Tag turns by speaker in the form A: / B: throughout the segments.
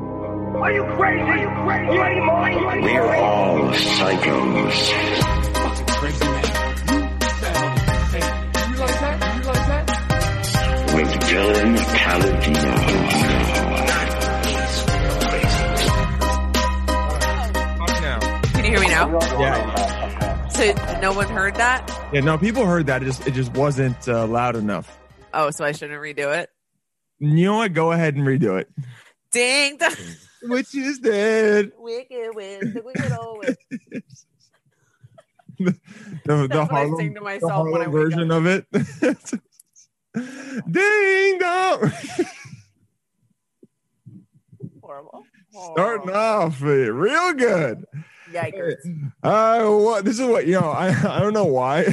A: Are you crazy? Are you crazy? You ain't mine.
B: We're all psychos. With Dylan Palladino.
C: Can you hear me now? So no one heard that?
D: Yeah, no, people heard that. It just it just wasn't uh, loud enough.
C: Oh, so I shouldn't redo it?
D: You know what? Go ahead and redo it.
C: Ding dong.
D: Which is dead.
C: Wicked wins. The wicked old wins.
D: The, the
C: That's what I sing
D: Harlem,
C: to
D: the
C: myself
D: Harlem
C: when I wake
D: version of it. Ding dong.
C: Horrible.
D: Starting
C: Horrible.
D: off uh, real good.
C: Yikers.
D: Uh, what this is what you know. I I don't know why.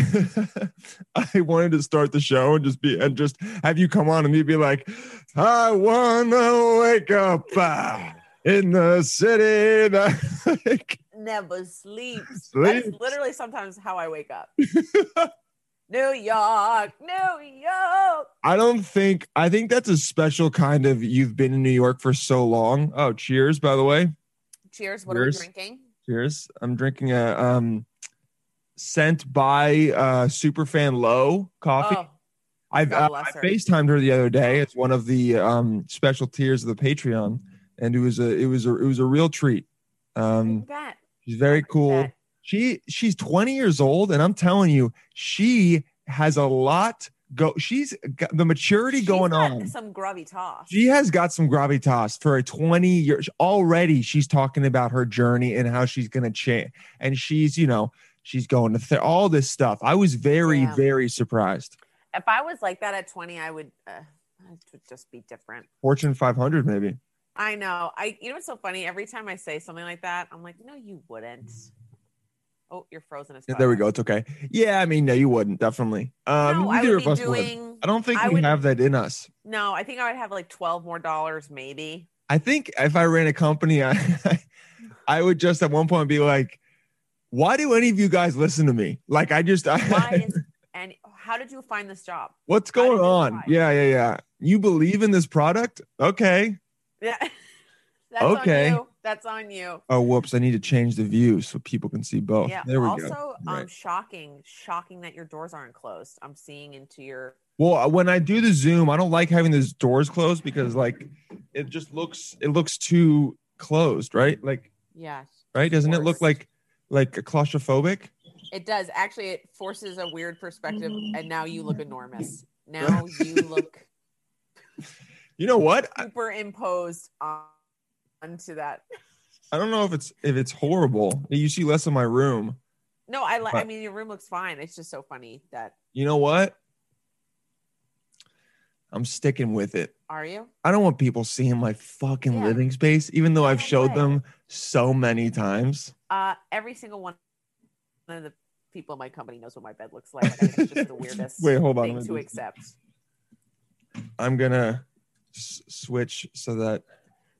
D: I wanted to start the show and just be and just have you come on and you'd be like, I wanna wake up uh, in the city. That, like,
C: Never sleeps.
D: Sleeps.
C: That's literally sometimes how I wake up. New York, New York.
D: I don't think I think that's a special kind of you've been in New York for so long. Oh, cheers! By the way,
C: Cheers. What
D: Cheers.
C: are we drinking?
D: cheers. I'm drinking a um sent by uh superfan Low coffee.
C: Oh,
D: I've
C: God
D: uh,
C: bless
D: I
C: her.
D: FaceTimed her the other day. It's one of the um, special tiers of the Patreon, and it was a it was a it was a real treat. Um,
C: that.
D: she's very cool. She she's 20 years old, and I'm telling you, she has a lot go. She's got the maturity going on.
C: Some grubby toss.
D: She has got some gravitas for a 20 years already. She's talking about her journey and how she's going to change. And she's, you know, she's going to th- all this stuff. I was very,
C: Yeah.
D: very surprised.
C: if I was like that at 20, I would, uh, it would just be different.
D: Fortune 500, maybe.
C: I know. I you know what's so funny? Every time I say something like that, I'm like, no, you wouldn't. Oh, you're frozen as
D: Yeah,
C: fuck.
D: there we go. It's okay. Yeah, I mean, no, you wouldn't. Definitely. Um,
C: no, I
D: neither
C: would
D: of
C: be
D: us would.
C: doing.
D: I don't think
C: I
D: we
C: would-
D: have that in us.
C: No, I think I would have like 12 more dollars, maybe.
D: I think if I ran a company, I, I would just at one point be like, "Why do any of you guys listen to me? Like, I just, I,
C: Why is and oh, how did you find this job?
D: what's
C: Why
D: going
C: do you
D: on?
C: lie?
D: Yeah, yeah, yeah. You believe in this product? Okay.
C: Yeah, that's
D: Okay.
C: on you. That's on you.
D: Oh, whoops! I need to change the view so people can see both.
C: yeah.
D: Oh, There we
C: also,
D: go.
C: um,
D: Right.
C: shocking, shocking that your doors aren't closed. I'm seeing into your.
D: Well, uh, when I do the Zoom, I don't like having those doors closed because, like, it just looks it looks too closed, right? Like.
C: Yes,
D: right? Doesn't it look
C: Forced.
D: like like claustrophobic?
C: it does. Actually, it forces a weird perspective, and now you look enormous. Now you look
D: You know what? I,
C: superimposed on onto that.
D: I don't know if it's if it's horrible. You see less of my room.
C: No, I li- I
D: But-
C: mean your room looks fine. It's just so funny that
D: You know what? I'm sticking with it.
C: are you?
D: I don't want people seeing my fucking
C: Yeah.
D: living space, even though I've
C: No
D: showed
C: way.
D: them so many times.
C: Uh every single one of the people in my company knows what my bed looks like. and It's just the weirdest
D: Wait, hold on.
C: thing
D: Let
C: to
D: me just-
C: accept.
D: I'm gonna s- switch so that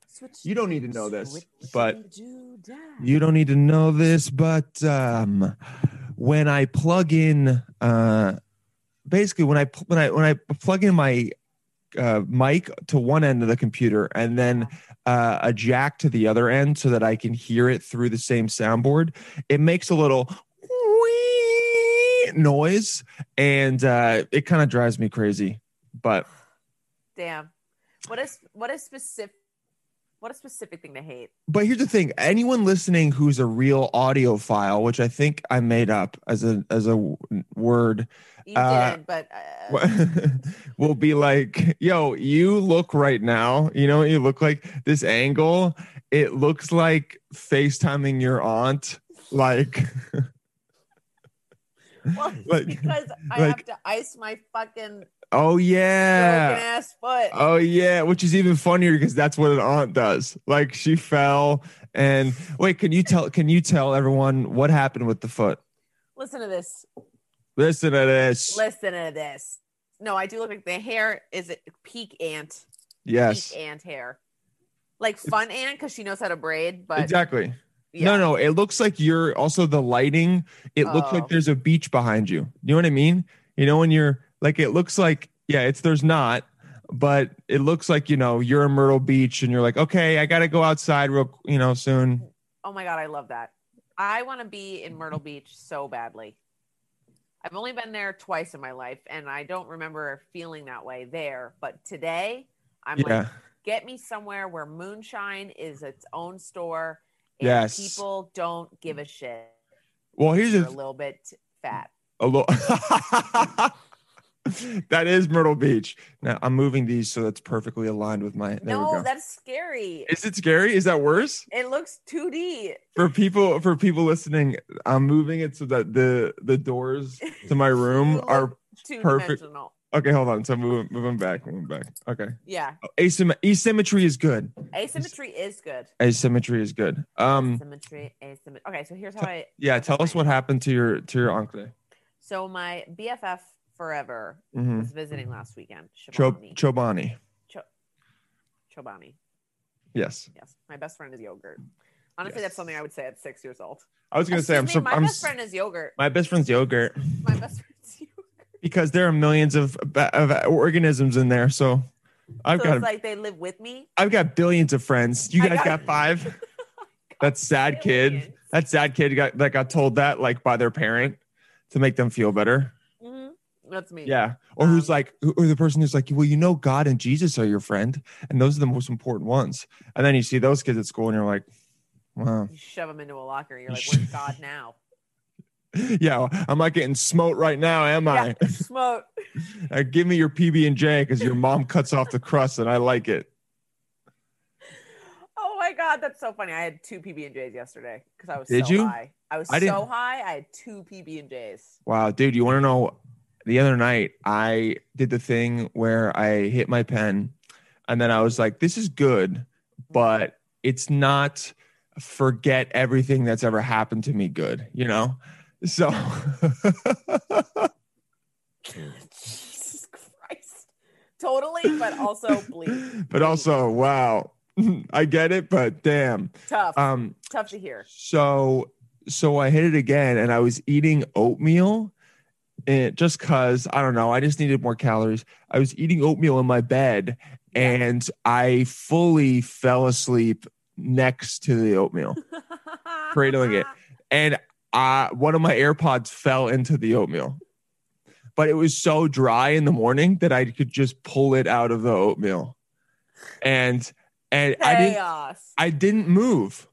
C: Switch
D: You don't need to know this,
C: switch
D: but
C: do that.
D: you don't need to know this, but um, when I plug in, uh, basically when I pl- when I when I plug in my uh, mic to one end of the computer and then uh, a jack to the other end so that I can hear it through the same soundboard, it makes a little wee noise, and uh, it kind of drives me crazy. But
C: damn. What is what a specific what a specific thing to hate.
D: but here's the thing anyone listening who's a real audiophile which i think i made up as a as a w- word
C: You
D: Uh,
C: did, but uh,
D: will be like yo you look right now you know what you look like this angle it looks like facetiming your aunt like
C: well, it's
D: like-
C: because I
D: like-
C: have to ice my fucking
D: oh
C: broken
D: yeah
C: ass foot.
D: Oh yeah, which is even funnier because that's what an aunt does. Like she fell and wait, can you tell can you tell everyone what happened with the foot?
C: Listen to this.
D: Listen to this.
C: Listen to this. No, I do look like the hair is it peak ant,
D: yes.
C: peak ant hair, like fun ant because she knows how to braid. But
D: Exactly.
C: yeah.
D: No, no, it looks like you're also the lighting. It looks
C: Oh.
D: like there's a beach behind you. You know what I mean? You know when you're like it looks like yeah, it's there's not, but it looks like you know you're in Myrtle Beach and you're like, okay, I got to go outside real, qu- you know, soon.
C: Oh my god, I love that. I want to be in Myrtle Beach so badly. I've only been there twice in my life, and I don't remember feeling that way there. But today, I'm
D: yeah,
C: like, get me somewhere where moonshine is its own store. And
D: Yes.
C: people don't give a shit.
D: well, here's
C: You're a
D: the
C: little bit fat.
D: a lo- that is Myrtle Beach. Now I'm moving these so that's perfectly aligned with my. There
C: No,
D: we go.
C: that's scary.
D: Is it scary? Is that worse
C: It looks 2D.
D: for people? For people listening, I'm moving it so that the the doors to my room are
C: Two
D: Perfect.
C: dimensional.
D: okay. Hold on, so moving moving back, moving back. Okay,
C: Yeah.
D: Asymm- asymmetry is good.
C: Asymmetry is good.
D: Asymmetry is good. Um,
C: Asymmetry, asymmetry. Okay, so here's how I
D: yeah. Tell us what happened to your to your uncle.
C: So my BFF forever
D: Mm-hmm.
C: was visiting last weekend. Shivani.
D: Chob- Chobani.
C: Chobani.
D: Yes,
C: Yes. My best friend is yogurt. Honestly,
D: Yes.
C: that's something I would say at six years old.
D: I was gonna say I'm.
C: Excuse
D: sur-
C: me, my
D: I'm
C: best
D: s-
C: friend is yogurt.
D: my best friend's yogurt
C: My best friend's yogurt.
D: because there are millions of of organisms in there. So I've
C: so
D: got
C: it's like they live with me.
D: I've got billions of friends. You
C: I
D: guys
C: got- Oh
D: got five. That sad kid.
C: Billions.
D: That sad kid got that got told that like by their parent to make them feel better.
C: Mhm. That's me.
D: Yeah. Or who's
C: Um,
D: like, or the person who's like, well, you know, God and Jesus are your friend, and those are the most important ones. And then you see those kids at school, and you're like, wow.
C: You shove them into a locker. You're
D: You
C: like,
D: sh-
C: where's God now?
D: Yeah, well, I'm not getting smote right now, am I?
C: Yeah, smoke.
D: Uh, give me your PB and J because your mom cuts off the crust, and I like it.
C: Oh my god, that's so funny. I had two PB and J's yesterday because I was
D: Did
C: so
D: you?
C: high. I was
D: I
C: so
D: didn't-
C: high. I had two PB and J's.
D: Wow, dude, you want to know? The other night, I did the thing where I hit my pen, and then I was like, "This is good, but it's not forget everything that's ever happened to me good." You know, so
C: Jesus Christ. Totally, but also bleak.
D: but also, wow, I get it, but damn.
C: Tough.
D: Um,
C: Tough to hear.
D: So so I hit it again and I was eating oatmeal and just cuz I don't know, I just needed more calories. I was eating oatmeal in my bed and I fully fell asleep next to the oatmeal. cradling it. and I one of my AirPods fell into the oatmeal. But it was so dry in the morning that I could just pull it out of the oatmeal. And and I didn't
C: Chaos.
D: I didn't move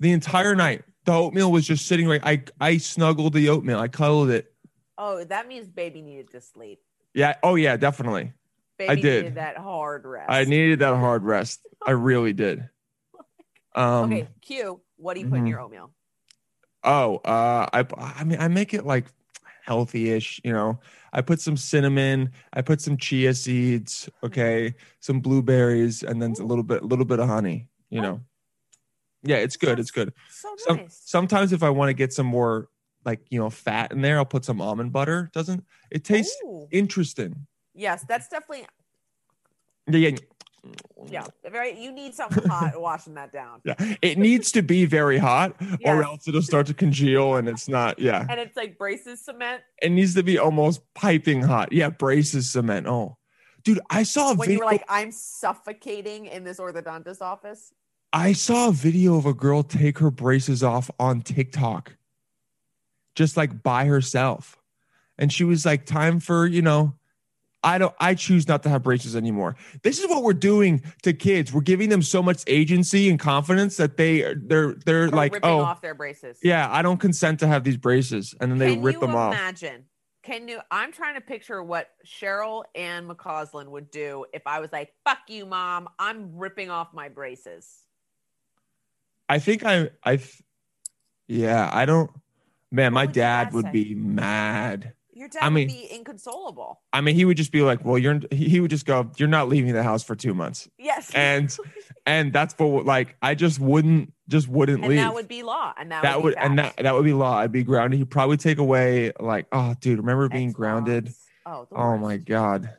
D: the entire night. The oatmeal was just sitting right. I I snuggled the oatmeal. I cuddled it.
C: oh, that means baby needed to sleep.
D: Yeah. Oh yeah, definitely.
C: Baby
D: did.
C: needed that hard rest.
D: I needed that hard rest. I really did. Um.
C: Okay, Q, what do you put in
D: mhm.
C: your oatmeal?
D: Oh. Uh. I. I mean, I make it like healthy-ish. You know. I put some cinnamon. I put some chia seeds. Okay. Some blueberries, and then a little bit, a little bit of honey. You know. Yeah, it's good. It's good.
C: So
D: Some,
C: nice.
D: sometimes if I want to get some more like you know fat in there, I'll put some almond butter. Doesn't it tastes
C: Ooh.
D: interesting?
C: Yes, that's definitely
D: Yeah, yeah,
C: yeah. Very you need something hot washing that down.
D: yeah. It needs to be very hot, or
C: Yes.
D: else it'll start to congeal, and it's not. Yeah,
C: And it's like braces cement
D: it needs to be almost piping hot. Yeah, braces cement. Oh, dude, I saw a
C: when you
D: video.
C: were like, I'm suffocating in this orthodontist office.
D: I saw a video of a girl take her braces off on TikTok, just like by herself. And she was like, time for, you know, I don't, I choose not to have braces anymore. This is what we're doing to kids. We're giving them so much agency and confidence that they, are- they're, they're
C: or
D: like,
C: ripping
D: oh,
C: off their braces.
D: yeah, I don't consent to have these braces. And then they
C: Can
D: rip
C: you
D: them off.
C: imagine? Can you? I'm trying to picture what Cheryl and McCausland would do if I was like, "Fuck you, mom! I'm ripping off my braces."
D: I think I, I, th- yeah, I don't,
C: What
D: man, my
C: would your
D: dad
C: dad
D: would
C: say?
D: be mad.
C: Your dad
D: I mean-
C: would be inconsolable.
D: I mean, he would just be like, "Well, you're," he he would just go, "You're not leaving the house for two months,"
C: Yes,
D: and and that's what like I just wouldn't just wouldn't
C: And
D: leave.
C: that would be law, and that,
D: that would,
C: would, be
D: and that
C: fact.
D: that would be law. I'd be grounded. He'd probably take away like, "Oh, dude, remember being
C: Xbox.
D: grounded?"
C: Oh, the
D: Oh my
C: worst.
D: god,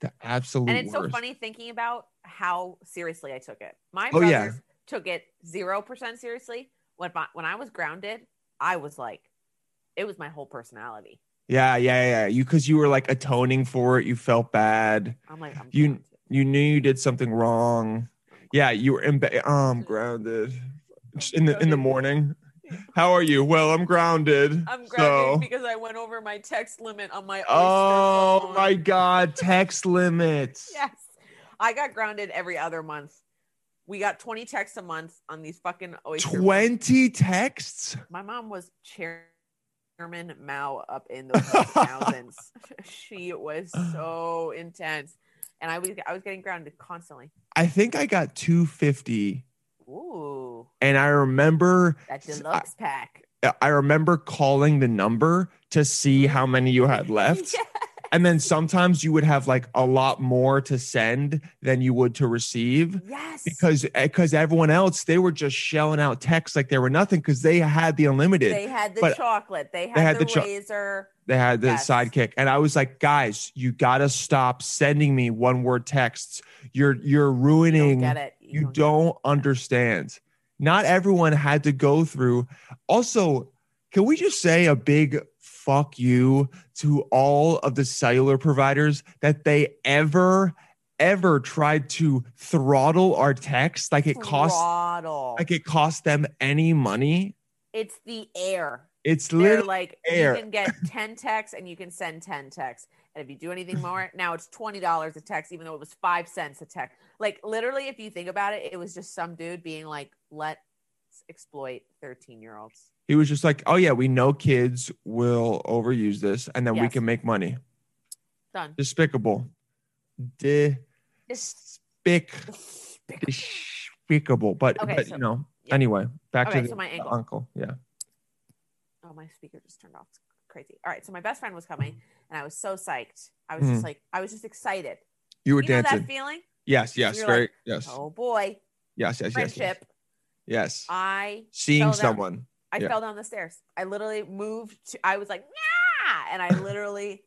D: the absolute
C: And it's so
D: worst.
C: funny thinking about how seriously I took it. My
D: Oh,
C: brothers
D: yeah.
C: took it zero percent seriously. When my, when I was grounded, I was like, it was my whole personality.
D: Yeah, yeah, yeah. You because you were like atoning for it. You felt bad.
C: I'm like, I'm
D: You-
C: grounded.
D: You knew you did something wrong. Yeah, you were in bed. Oh, I'm grounded. In the in the morning. How are you? Well, I'm grounded.
C: I'm grounded
D: so-
C: because I went over my text limit on my. Oyster
D: Oh
C: phone.
D: my God, text limits.
C: Yes, I got grounded every other month. We got 20 texts a month on these fucking oyster. phones.
D: 20 texts?
C: My mom was chairman Mao up in the thousands. she was so intense, and I was I was getting grounded constantly.
D: I think I got 250
C: Ooh,
D: and I remember
C: that
D: S- I-
C: deluxe pack.
D: I remember calling the number to see how many you had left.
C: Mm-hmm. Yeah.
D: And then sometimes you would have like a lot more to send than you would to receive
C: Yes.
D: because because everyone else they were just shelling out texts like they were nothing because they had the unlimited.
C: they had the
D: but-
C: chocolate. They had,
D: had
C: the,
D: the cho-
C: razor.
D: They had the
C: Yes.
D: sidekick, and I was like, "Guys, you gotta stop sending me one word texts. You're you're
C: Don't
D: ruining.
C: get it.
D: You don't,
C: get it.
D: understand. Not everyone had to go through. Also, can we just say a big fuck you to all of the cellular providers that they ever ever tried to throttle our text like it cost
C: Throttle.
D: like it cost them any money.
C: it's the air.
D: It's
C: They're
D: literally
C: like
D: air.
C: you can get ten texts and you can send ten texts, and if you do anything more, now it's twenty dollars a text, even though it was five cents a text. Like literally, if you think about it, it was just some dude being like, "Let's exploit thirteen-year-olds."
D: He was just like, "Oh yeah, we know kids will overuse this, and then we
C: Yes.
D: can make money."
C: Done.
D: Despicable, despicable,
C: Just
D: despicable. But,
C: Okay,
D: but
C: so-
D: you know,
C: yeah.
D: anyway, back
C: Okay,
D: to the,
C: so my
D: the
C: ankle.
D: uncle. Yeah,
C: Oh, my speaker just turned off. It's crazy. All right, so my best friend was coming, and I was so psyched. I was just
D: Mm.
C: like, I was just excited.
D: you were
C: you know
D: dancing.
C: that feeling?
D: yes, yes,
C: you're
D: very
C: like,
D: yes,
C: Oh boy,
D: yes, yes, yes,
C: friendship.
D: yes, yes.
C: I
D: Seeing
C: fell down.
D: someone.
C: I
D: Yeah.
C: fell down the stairs. I literally moved to I was like, nah, and I literally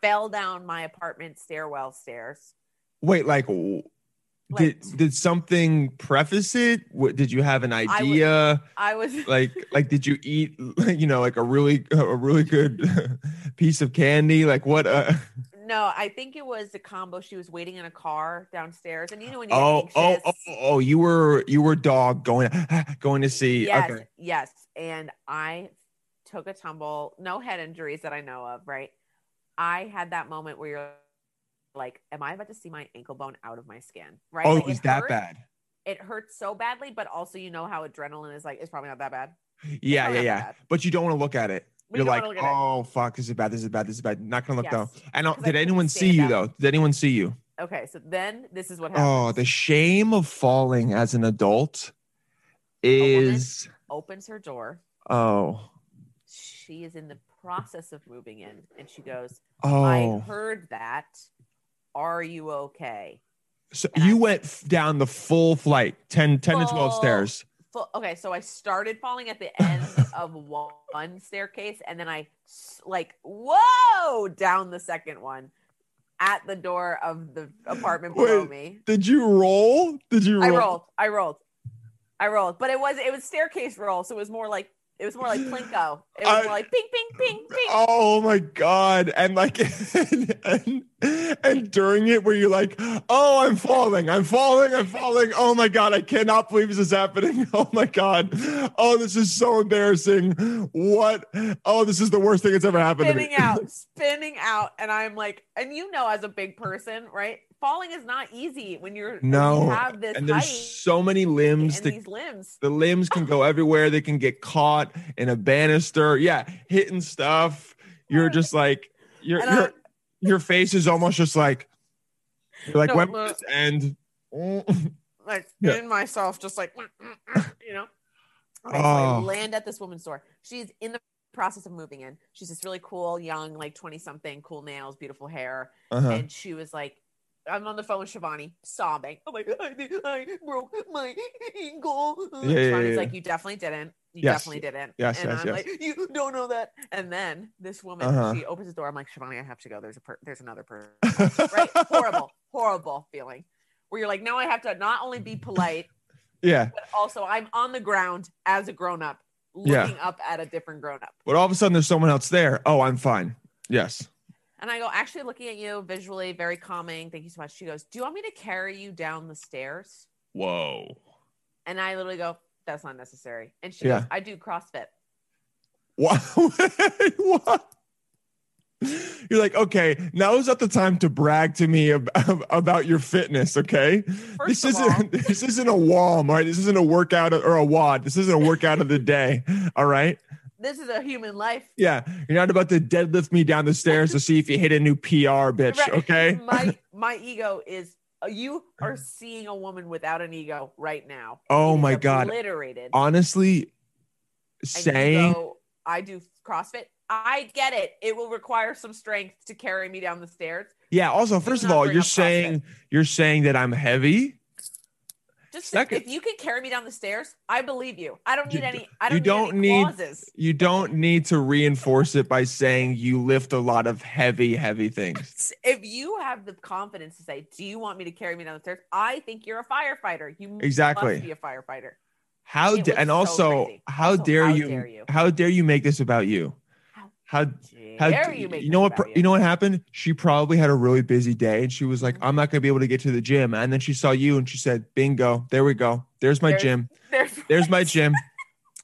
C: fell down my apartment stairwell stairs.
D: Wait, like, w-
C: Like-
D: did did something preface it? What, did you have an
C: was-
D: idea?
C: I was
D: like like did you eat you know like a really a really good piece of candy like what uh
C: no, I think it was the combo. She was waiting in a car downstairs. And you know when you
D: oh,
C: get
D: oh oh
C: anxious.
D: oh you were you were dog going going to see
C: yes,
D: okay
C: yes. And I took a tumble, no head injuries that I know of, right? I had that moment where you're like, Am I about to see my ankle bone out of my skin? Right?
D: oh
C: like,
D: it was that
C: hurt.
D: bad
C: It hurt so badly, but also you know how adrenaline is like, it's probably not that bad.
D: yeah yeah
C: probably not
D: yeah
C: bad.
D: but you don't want to look at it
C: We
D: you're
C: don't
D: like
C: wanna look at it.
D: oh fuck this is bad this is bad this is bad not gonna look
C: Yes.
D: down and uh,
C: 'Cause I
D: did
C: couldn't
D: anyone see
C: stand
D: you
C: up.
D: though did anyone see you
C: Okay, so then this is what
D: oh
C: happens.
D: the shame of falling as an adult
C: woman?
D: is
C: Opens her door.
D: oh
C: She is in the process of moving in, and she goes, "I
D: oh
C: heard that. Are you okay?"
D: so
C: and
D: you
C: I-
D: went f- down the full flight 10 10 to 12
C: Full-
D: stairs
C: Fu- Okay, so I started falling at the end of one staircase, and then I s- like whoa down the second one, at the door of the apartment below
D: Wait,
C: me.
D: Did you roll? Did you roll?
C: I rolled. I rolled. I rolled, but it was it was staircase roll, so it was more like it was more like plinko. It was
D: I-
C: more like ping, ping, ping, ping.
D: Oh my god! And like, and, and, and during it, where you're like, "Oh, I'm falling! I'm falling! I'm falling! Oh my god! I cannot believe this is happening! Oh my god! Oh, this is so embarrassing! What? Oh, this is the worst thing that's ever happened to
C: spinning
D: me!"
C: out, spinning out, and I'm like, and you know, as a big person, right? Falling is not easy when you're when
D: No,
C: you have this
D: and
C: height
D: there's so many limbs
C: and
D: that
C: these limbs.
D: the limbs can go everywhere. They can get caught in a banister. Yeah, hitting stuff. You're just like you're.
C: And
D: you're
C: I,
D: your face is almost just like you're like
C: No,
D: when
C: no.
D: will this end? Mm.
C: like
D: Yeah.
C: in myself, just like mm, you know. Okay, so I
D: Oh.
C: land at this woman's door. She's in the process of moving in. She's this really cool, young, like twenty something, cool nails, beautiful hair.
D: Uh-huh.
C: and she was like, I'm on the phone with Shivani, sobbing. I'm like, I, think I broke my ankle.
D: Yeah, yeah,
C: Shivani's
D: yeah.
C: like, you definitely didn't. You
D: Yes.
C: definitely didn't.
D: Yes,
C: and
D: yes,
C: I'm
D: yes.
C: like, you don't know that. And then this woman,
D: Uh-huh.
C: she opens the door. I'm like, Shivani, I have to go. There's a per- there's another person. right? horrible, horrible feeling. Where you're like, now I have to not only be polite,
D: yeah.
C: but also I'm on the ground as a grown up,
D: Yeah.
C: looking up at a different grown up.
D: But all of a sudden there's someone else there. Oh, I'm fine. Yes.
C: And I go, actually looking at you visually, very calming. Thank you so much. She goes, Do you want me to carry you down the stairs?
E: Whoa.
C: And I literally go, That's not necessary. And she
D: Yeah.
C: goes, I do CrossFit.
D: Wow. what? You're like, okay, now is not the time to brag to me ab- ab- about your fitness, okay?
C: First
D: this
C: of all,
D: isn't this isn't a WOM, all right? This isn't a workout or a WAD. This isn't a workout of the day, all right?
C: this is a human life.
D: Yeah, you're not about to deadlift me down the stairs to see if you hit a new PR, bitch,
C: Right.
D: okay?
C: My my ego is uh, you are seeing a woman without an ego right now.
D: Oh
C: It is
D: my god.
C: Obliterated.
D: Honestly,
C: And you
D: saying
C: go, I do CrossFit. I get it. It will require some strength to carry me down the stairs.
D: Yeah, also, first of
C: not
D: all,
C: bring
D: you're
C: up CrossFit.
D: saying you're saying that I'm heavy.
C: Just
D: Second-
C: if you can carry me down the stairs, I believe you. I don't
D: You
C: need
D: d-
C: any. I
D: you
C: don't
D: don't
C: need, any
D: need-
C: clauses.
D: You don't need to reinforce it by saying you lift a lot of heavy, heavy things.
C: If you have the confidence to say, "Do you want me to carry me down the stairs?" I think you're a firefighter. You
D: Exactly.
C: must be a firefighter.
D: How
C: It
D: da-
C: was
D: and
C: so
D: also
C: crazy.
D: how
C: Also,
D: dare
C: how
D: you,
C: dare you.
D: How dare you make this about you?
C: How
D: How how
C: Dare
D: d-
C: you make
D: know
C: this
D: what
C: about
D: pro- you know what happened? She probably had a really busy day and she was like, I'm not gonna be able to get to the gym. And then she saw you and she said, Bingo, there we go. There's my
C: There's-
D: gym.
C: There's,
D: There's my gym.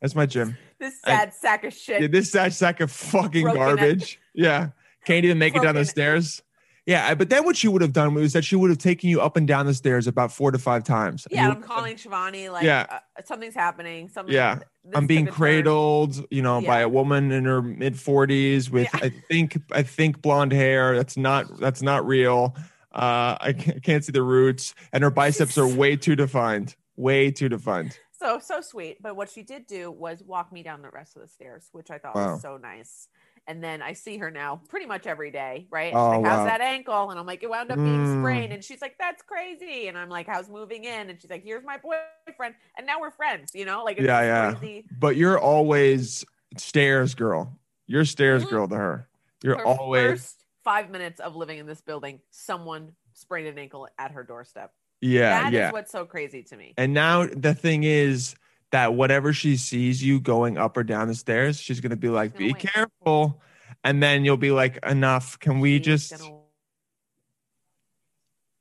D: That's my gym.
C: this
D: I-
C: sad sack of shit.
D: Yeah, this sack sack of fucking
C: Broken it.
D: garbage. Yeah. Can't even make it down
C: Broken
D: the
C: it.
D: stairs. Yeah, I- but then what she would have done was that she would have taken you up and down the stairs about four to five times. And
C: yeah,
D: you
C: I'm
D: would've
C: calling Shivani. Like,
D: Yeah.
C: uh, something's happening. Something.
D: Yeah.
C: this
D: I'm
C: took
D: being
C: a turn.
D: cradled, you know, by
C: Yeah.
D: a woman in her mid 40s with
C: Yeah.
D: I think I think blonde hair. That's not that's not real. Uh, I can't, can't see the roots, and her biceps are way too defined. Way too defined.
C: So so sweet. But what she did do was walk me down the rest of the stairs, which I thought
D: Wow.
C: was so nice. And then I see her now pretty much every day, right? And
D: Oh,
C: she's like,
D: wow.
C: How's that ankle? And I'm like, it wound up being
D: Mm.
C: sprained. And she's like, That's crazy. And I'm like, How's moving in? And she's like, Here's my boyfriend. And now we're friends, you know? Like it's
D: Yeah,
C: just
D: yeah.
C: crazy.
D: But you're always stairs girl. You're stairs
C: Mhm.
D: girl to her. You're
C: Her
D: always
C: first five minutes of living in this building, someone sprained an ankle at her doorstep.
D: yeah
C: That is
D: yeah.
C: what's so crazy to me.
D: and now the thing is that whatever she sees you going up or down the stairs, she's gonna be like,
C: gonna
D: "Be
C: wait.
D: careful," and then you'll be like, "Enough. Can we
C: She's
D: just?"
C: gonna-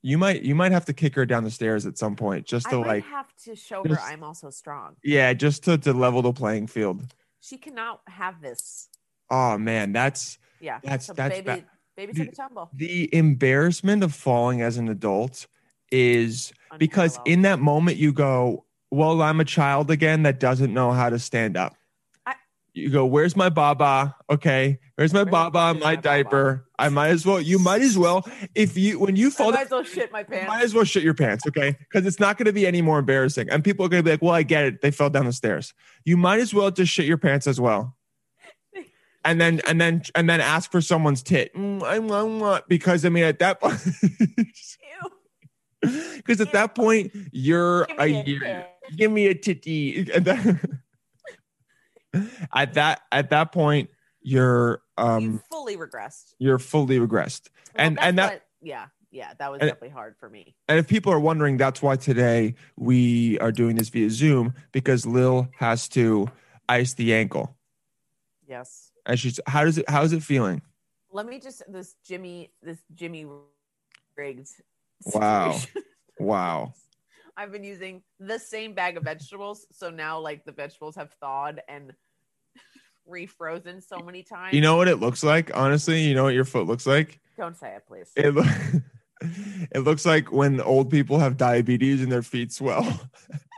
D: You might you might have to kick her down the stairs at some point just
C: I
D: to
C: might
D: like
C: have to show her
D: just-
C: I'm also strong.
D: yeah, just to, to level the playing field.
C: She cannot have this.
D: Oh man, that's
C: Yeah.
D: That's-
C: so
D: that's
C: baby
D: bad.
C: baby
D: Dude,
C: took a tumble.
D: the embarrassment of falling as an adult is because
C: Unparalleled.
D: in that moment you go, Well, I'm a child again that doesn't know how to stand up.
C: I-
D: you go, Where's my baba? Okay, where's my
C: Where the fuck
D: baba?
C: is
D: My
C: my baba?"
D: diaper. I might as well you might as well if you when you
C: I
D: fall
C: might as well shit my
D: You
C: pants.
D: Might as well shit your pants, okay? Because it's not going to be any more embarrassing. And people are going to be like, well, I get it. They fell down the stairs. You might as well just shit your pants as well. And then, and then, and then ask for someone's tit. Mm, I want- want- Because I mean, at that point,
C: Ew.
D: because at that point, you're
C: Give
D: a
C: me a
D: year.
C: tip.
D: Give me a titty. And then- at that, at that point, you're,
C: you
D: um,
C: fully regressed.
D: you're fully regressed.
C: Well,
D: and-
C: that's
D: and that-
C: what- yeah, yeah, that was
D: and-
C: definitely hard for me.
D: And if people are wondering, that's why today we are doing this via Zoom because Lil has to ice the ankle.
C: Yes.
D: And she's how does it how is it feeling?
C: Let me just this Jimmy this Jimmy rigged.
D: Wow.
C: situation.
D: Wow.
C: I've been using the same bag of vegetables, so now like the vegetables have thawed and refrozen so many times.
D: You know what it looks like? Honestly, you know what your foot looks like?
C: don't say it, please.
D: It lo- it looks like when old people have diabetes and their feet swell.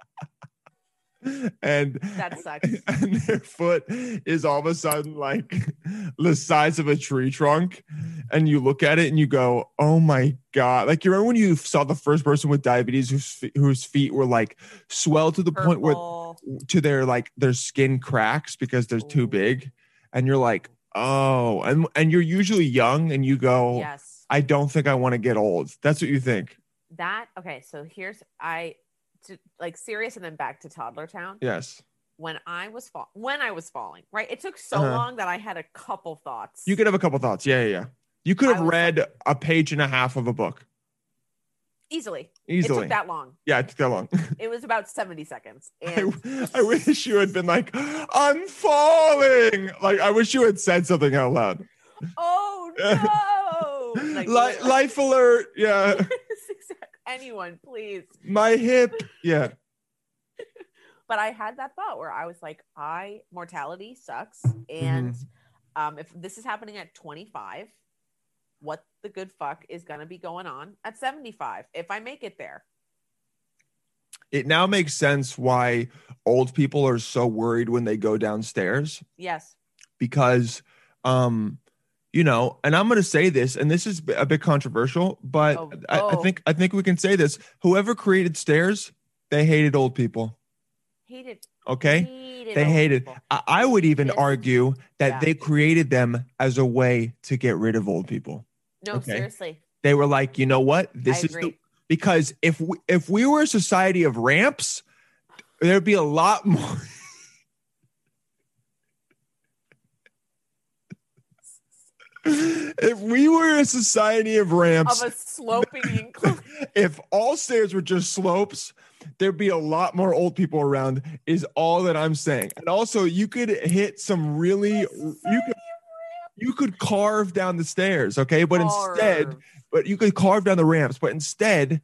D: and
C: that sucks.
D: and their foot is all of a sudden like the size of a tree trunk and you look at it and you go oh my god like you remember when you saw the first person with diabetes whose, fe- whose feet were like swelled to the point where
C: Purple.
D: to their like their skin cracks because they're too
C: Ooh.
D: big and you're like oh and and you're usually young and you go
C: yes.
D: i don't think i want to get old that's what you think
C: that okay so here's i to, like serious and then back to toddler town
D: yes
C: when i was fall when i was falling right it took so
D: Uh-huh.
C: long that i had a couple thoughts
D: you could have a couple thoughts yeah yeah yeah you could
C: I
D: have
C: was like-
D: read a page and a half of a book
C: easily. it
D: easily
C: took that long
D: yeah it took that long
C: it was about 70 seconds
D: I,
C: and
D: I wish you had been like, I'm falling. Like, I wish you had said something out loud.
C: oh no Like,
D: Li- life alert. Yeah.
C: anyone, please.
D: My hip. Yeah.
C: But I had that thought where I was like, I mortality sucks, and
D: Mm-hmm.
C: um, if this is happening at 25, what the good fuck is gonna be going on at 75 if I make it there?
D: It now makes sense why old people are so worried when they go downstairs
C: Yes.
D: because um you know and i'm going to say this and this is a bit controversial but
C: Oh,
D: I, I
C: oh.
D: think i think we can say this whoever created stairs they hated old people
C: Hated.
D: okay
C: hated
D: They
C: old
D: hated-
C: people.
D: i, I would even
C: Yes.
D: argue that
C: Yeah.
D: they created them as a way to get rid of old people
C: No,
D: Okay.
C: seriously.
D: they were like you know what this
C: I
D: is
C: agree.
D: the, because if we, if we were a society of ramps there'd be a lot more if we were a society of ramps
C: of a sloping incline.
D: if all stairs were just slopes, there'd be a lot more old people around, is all that I'm saying. And also, you could hit some really, you could. You could carve down the stairs, okay? But instead,
C: Arv.
D: but you could carve down the ramps, but instead,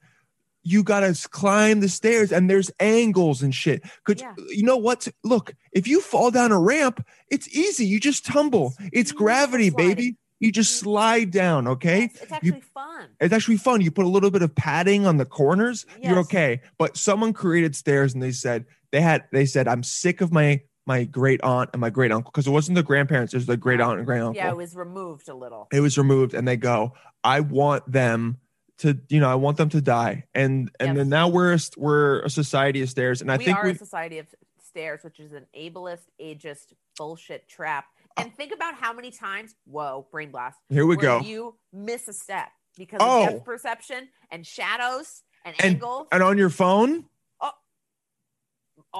D: you gotta s- climb the stairs and there's angles and shit. Could
C: Yeah.
D: you know what? Look, if you fall down a ramp, it's easy. You just tumble. It's
C: Easy
D: gravity,
C: sliding. Mm-hmm.
D: baby. You just slide down, okay?
C: Yes, it's actually fun.
D: It's actually fun. You put a little bit of padding on the corners, you're
C: Yes.
D: okay. But someone created stairs and they said they had they said, I'm sick of my my great aunt and my great uncle, because it wasn't the grandparents, it was the great aunt and great uncle.
C: Yeah, it was removed a little.
D: it was removed and they go, I want them to, you know, I want them to die. And and
C: Yes.
D: then now we're a, st- we're a society of stairs. And I
C: we
D: think
C: are
D: we,
C: a society of stairs, which is an ableist, ageist bullshit trap. And think about how many times, whoa, brain blast,
D: here Oh. we
C: where
D: go.
C: you miss a step because
D: Oh.
C: of depth perception and shadows and,
D: And- uh,
C: angles,
D: and on your phone,
C: oh,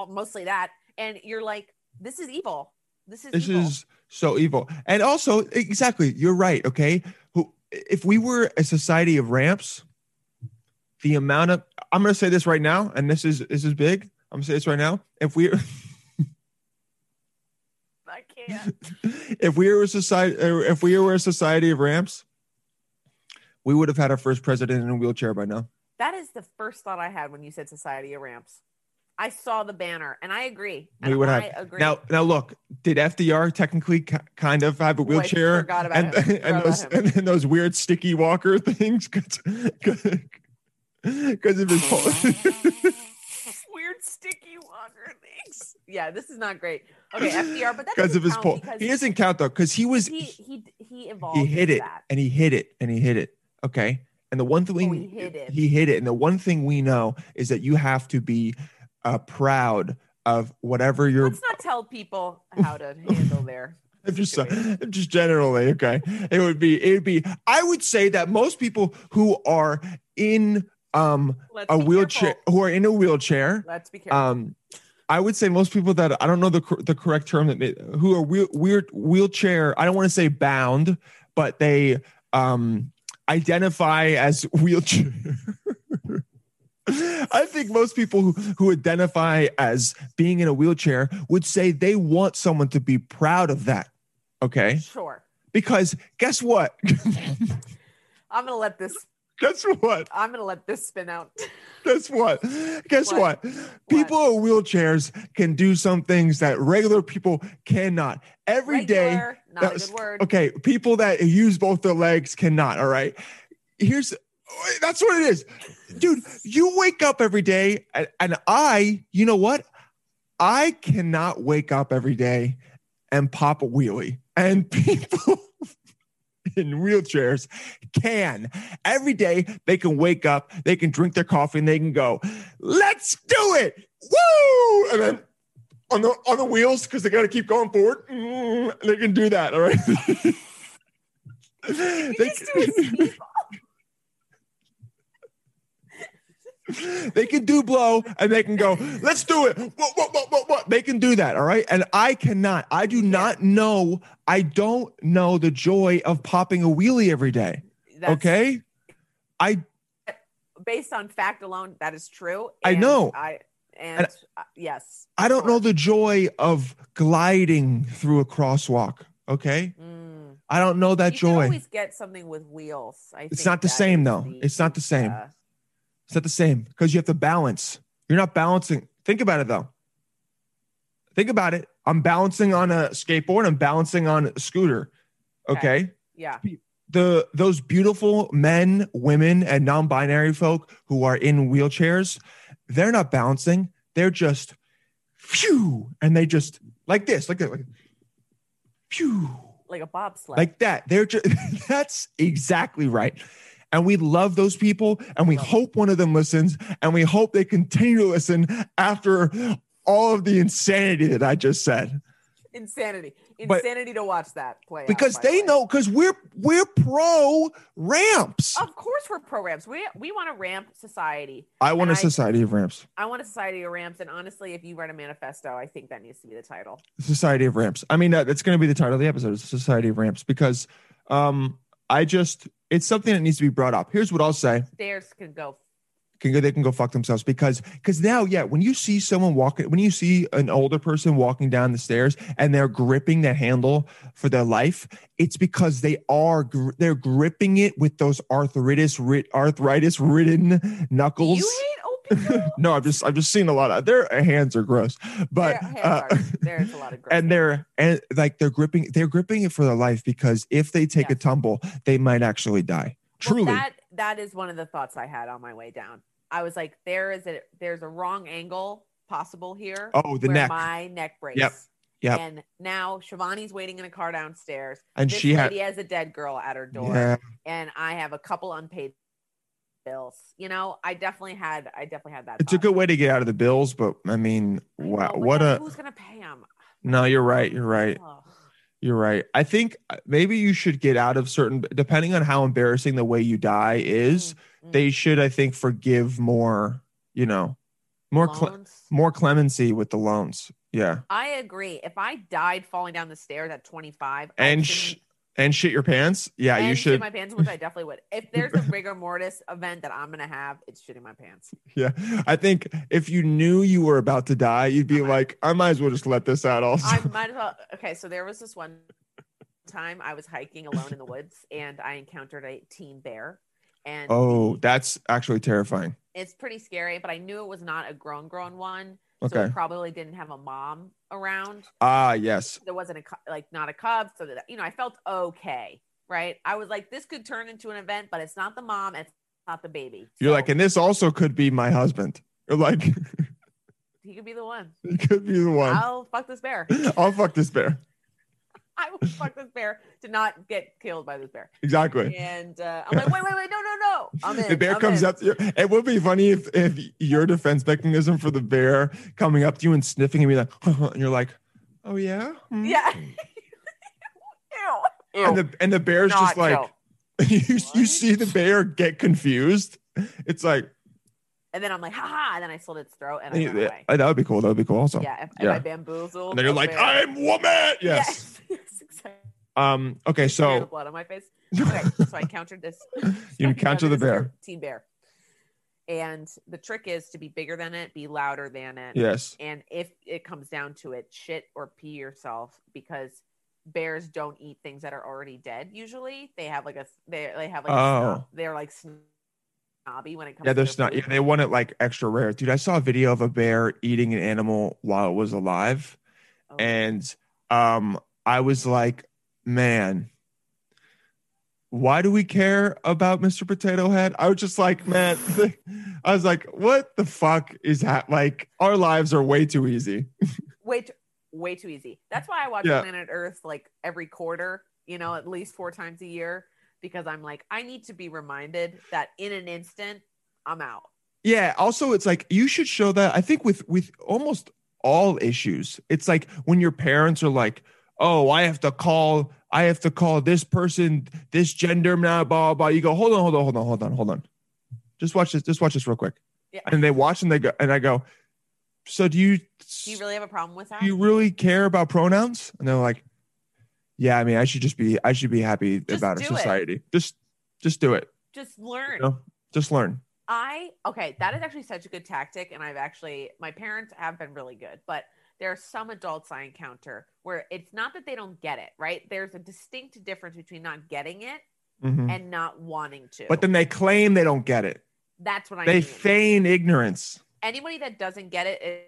C: mostly that. And you're like, this is evil. This is
D: this
C: evil.
D: is so evil and also exactly you're right okay who if we were a society of ramps the amount of i'm going to say this right now and this is this is big i'm going to say this right now if we
C: I can't.
D: if we were a society or if we were a society of ramps we would have had our first president in a wheelchair by now
C: That is the first thought I had when you said Society of Ramps. I saw the banner and I agree.
D: We
C: And
D: would
C: I
D: have-
C: agree.
D: now now look did fdr technically ki kind of have a
C: Oh, I
D: wheelchair
C: forgot about
D: and,
C: him. Forgot
D: and
C: about
D: those
C: him.
D: and, and those weird sticky walker things because of his
C: Oh,
D: po-
C: weird sticky water things. Yeah, this is not great. Okay, FDR, but that
D: because of his
C: count
D: pole.
C: because
D: He doesn't count though because he was
C: he
D: he,
C: he he evolved.
D: hit
C: into
D: it
C: That.
D: and he hit it and he hit it. Okay, and the one thing
C: Oh, he hit it.
D: he hit it, and the one thing we know is that you have to be uh, proud of whatever your
C: Let's not tell people how to handle their.
D: just uh,
C: situation.
D: just generally okay. It would be it would be. I would say that most people who are in um
C: Let's
D: a
C: be
D: wheelchair
C: careful.
D: who are in a wheelchair
C: Let's be careful.
D: um i would say most people that i don't know the, cor- the correct term that they, who are wheel, weird wheelchair i don't want to say bound but they um identify as wheelchair I think most people who, who identify as being in a wheelchair would say they want someone to be proud of that. Okay.
C: sure,
D: Because guess what?
C: I'm gonna let this.
D: guess what?
C: I'm gonna let this spin out.
D: Guess what? Guess what?
C: What?
D: People in wheelchairs can do some things that regular people cannot. Every day.
C: Regular, not a
D: that's-
C: good word.
D: okay, people that use both their legs cannot. All right. Here's that's what it is. Dude, you wake up every day, and, and I, you know what? I cannot wake up every day and pop a wheelie. And people in wheelchairs can. Every day they can wake up, they can drink their coffee, and they can go, let's do it. Woo! And then on the on the wheels, because they gotta keep going forward. Mm, they can do that. All right.
C: You
D: They
C: just do a speed bump.
D: they can do blow and they can go, let's do it. What, what, what, what, what? They can do that. All right. And I cannot, I do not know, I don't know the joy of popping a wheelie every day.
C: That's-
D: okay. I,
C: Based on fact alone, that is true.
D: I
C: and
D: know.
C: I and, uh, yes.
D: I don't know the joy of gliding through a crosswalk. Okay.
C: Mm,
D: I don't know that
C: you
D: joy.
C: Can always get something with wheels. I think
D: not the
C: that
D: same,
C: is
D: though. It's not the same.
C: uh,
D: It's not the same because you have to balance. You're not balancing. Think about it though. Think about it. I'm balancing on a skateboard. I'm balancing on a scooter. Okay.
C: Okay. yeah.
D: The those beautiful men, women, and non-binary folk who are in wheelchairs, they're not balancing. They're just phew, and they just like this, like that, like phew
C: Like a bobsled.
D: like that. They're just that's exactly right. And we love those people, and we hope one of them listens, and we hope they continue to listen after all of the insanity that I just said.
C: insanity.
D: But-
C: Insanity to watch that play. out,
D: Because
C: by the
D: they
C: way.
D: know, because we're we're pro ramps.
C: Of course we're pro ramps. We we want to ramp society.
D: I want a
C: and I-
D: society of ramps.
C: I want a society of ramps. And honestly, if you write a manifesto, I think that needs to be the title.
D: Society of Ramps. I mean, that, that's going to be the title of the episode: is Society of Ramps, because um, I just it's something that needs to be brought up. Here's what I'll say:
C: Stairs can go.
D: can go they can go fuck themselves because because now yeah when you see someone walking when you see an older person walking down the stairs and they're gripping the handle for their life it's because they are gr- they're gripping it with those arthritis ri- arthritis ridden
C: Do you
D: knuckles
C: hate old people?
D: no i've just i've just seen a lot of their hands are gross but
C: Their hands
D: uh,
C: are- there's a lot of gross.
D: and they're and like they're gripping they're gripping it for their life because if they take a
C: Yes.
D: tumble they might actually die
C: Well,
D: truly
C: that that is one of the thoughts I had on my way down. I was like, there is a there's a wrong angle possible here.
D: oh the
C: where
D: neck
C: my neck breaks.
D: Yep. Yep.
C: And now Shivani's waiting in a car downstairs.
D: and
C: this
D: she had
C: lady has a dead girl at her door,
D: yeah
C: and I have a couple unpaid bills. You know, I definitely had I definitely had that.
D: It's a
C: thought.
D: good way to get out of the bills, but I mean,
C: I
D: wow,
C: know, but
D: what
C: then
D: a
C: who's gonna pay him?
D: no. You're right. You're right. You're right. I think uh, maybe you should get out of certain, depending on how embarrassing the way you die is.
C: Mm, mm.
D: They should, I think, forgive more. You know, more cle-
C: Loans.
D: more clemency with the loans. Yeah,
C: I agree. If I died falling down the stairs at 25, I
D: And
C: shouldn't-
D: sh- and shit your pants. Yeah,
C: and
D: you
C: shit
D: should.
C: my pants, which I definitely would. If there's a rigor mortis event that I'm gonna have, it's shitting my pants.
D: yeah, I think if you knew you were about to die, you'd be like, I might as well just let this out. Also,
C: Uh-huh. I might as well. Okay, so there was this one time I was hiking alone in the woods and I encountered a teen bear, and
D: oh, that's actually terrifying.
C: it's pretty scary. But I knew it was not a grown grown one, so
D: Okay.
C: it probably didn't have a mom around.
D: Ah, yes.
C: There wasn't a cu- like not a cub, so that you know I felt okay, right? I was like, this could turn into an event, but it's not the mom. It's not the baby.
D: You're
C: So
D: like, and this also could be my husband. You're like,
C: he could be the one.
D: it could be the one.
C: I'll fuck this bear.
D: I'll fuck this bear.
C: I will fuck this bear to not get killed by this bear.
D: Exactly.
C: And uh, I'm like, wait, wait, wait, no, no, no. I'm in.
D: The bear
C: I'm
D: comes
C: in.
D: up to you. It would be funny if, if your defense mechanism for the bear coming up to you and sniffing and be like, and you're like, oh yeah? Hmm."
C: Yeah. Ew.
D: And the and the bear's just like, you, you
C: What?
D: see the bear get confused. It's like,
C: and then I'm like, ha ha. And then I slit its throat and I run away.
D: that would be cool. That would be cool also.
C: yeah. If, if
D: yeah.
C: I bamboozle.
D: And then you're like, I'm woman. Yes.
C: Yes. yes exactly.
D: Um. Okay.
C: Smear the
D: So
C: blood on my face. Okay. so I encountered this.
D: you encounter the bear.
C: Teen bear. And the trick is to be bigger than it, be louder than it.
D: Yes.
C: And if it comes down to it, shit or pee yourself because bears don't eat things that are already dead. Usually, they have like a they they have like
D: Oh.
C: a snob- they're like snobby when it comes.
D: Yeah,
C: to
D: they're
C: their
D: not. Yeah,
C: food.
D: they want it like extra rare, dude. I saw a video of a bear eating an animal while it was alive,
C: Oh.
D: and um, I was like, man, why do we care about Mr. Potato Head? I was just like, man, I was like, what the fuck is that? Like, our lives are way too easy.
C: way too, way too easy. That's why I watch
D: Yeah.
C: Planet Earth like every quarter, you know, at least four times a year because I'm like I need to be reminded that in an instant I'm out.
D: Yeah. Also, it's like you should show that. I think with with almost all issues, it's like when your parents are like, "Oh, I have to call, I have to call this person, this gender, blah blah blah." You go, "Hold on, hold on, hold on, hold on, hold on." Just watch this. Just watch this real quick.
C: Yeah.
D: And they watch and they go, and I go, "So do you
C: Do you really have a problem with that?
D: do you really care about pronouns?" And they're like, "Yeah, I mean, I should just be, I should be happy
C: Just
D: about our
C: do it.
D: society. Just, just do it.
C: Just learn.
D: You know? Just learn."
C: I okay, that is actually such a good tactic, and I've actually my parents have been really good, but there are some adults I encounter where it's not that they don't get it, right? There's a distinct difference between not getting it
D: Mhm.
C: and not wanting to.
D: But then they claim they don't get it.
C: that's what I
D: They
C: mean.
D: feign ignorance.
C: Anybody that doesn't get it is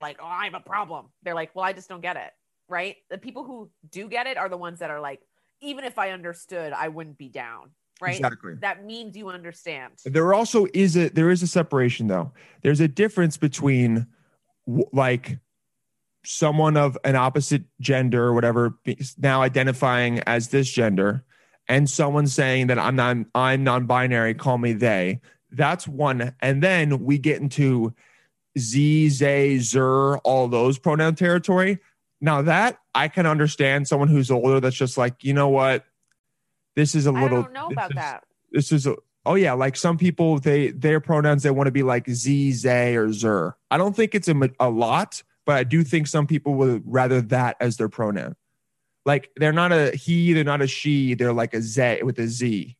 C: like, oh, I have a problem. They're like, well, I just don't get it, right? The people who do get it are the ones that are like, even if I understood, I wouldn't be down, right?
D: Exactly.
C: That means you understand.
D: There also is a there is a separation though. There's a difference between w- like someone of an opposite gender or whatever be- now identifying as this gender and someone saying that I'm non I'm non-binary, call me they. That's one. And then we get into Z, Z, Zer, all those pronoun territory. Now that I can understand someone who's older that's just like, you know what? This is a
C: I
D: little
C: don't know
D: this
C: about
D: is-
C: that.
D: this is a, oh yeah like some people they their pronouns they want to be like z zay or zer i don't think it's a, ma- a lot but i do think some people would rather that as their pronoun like they're not a he they're not a she they're like a z with a z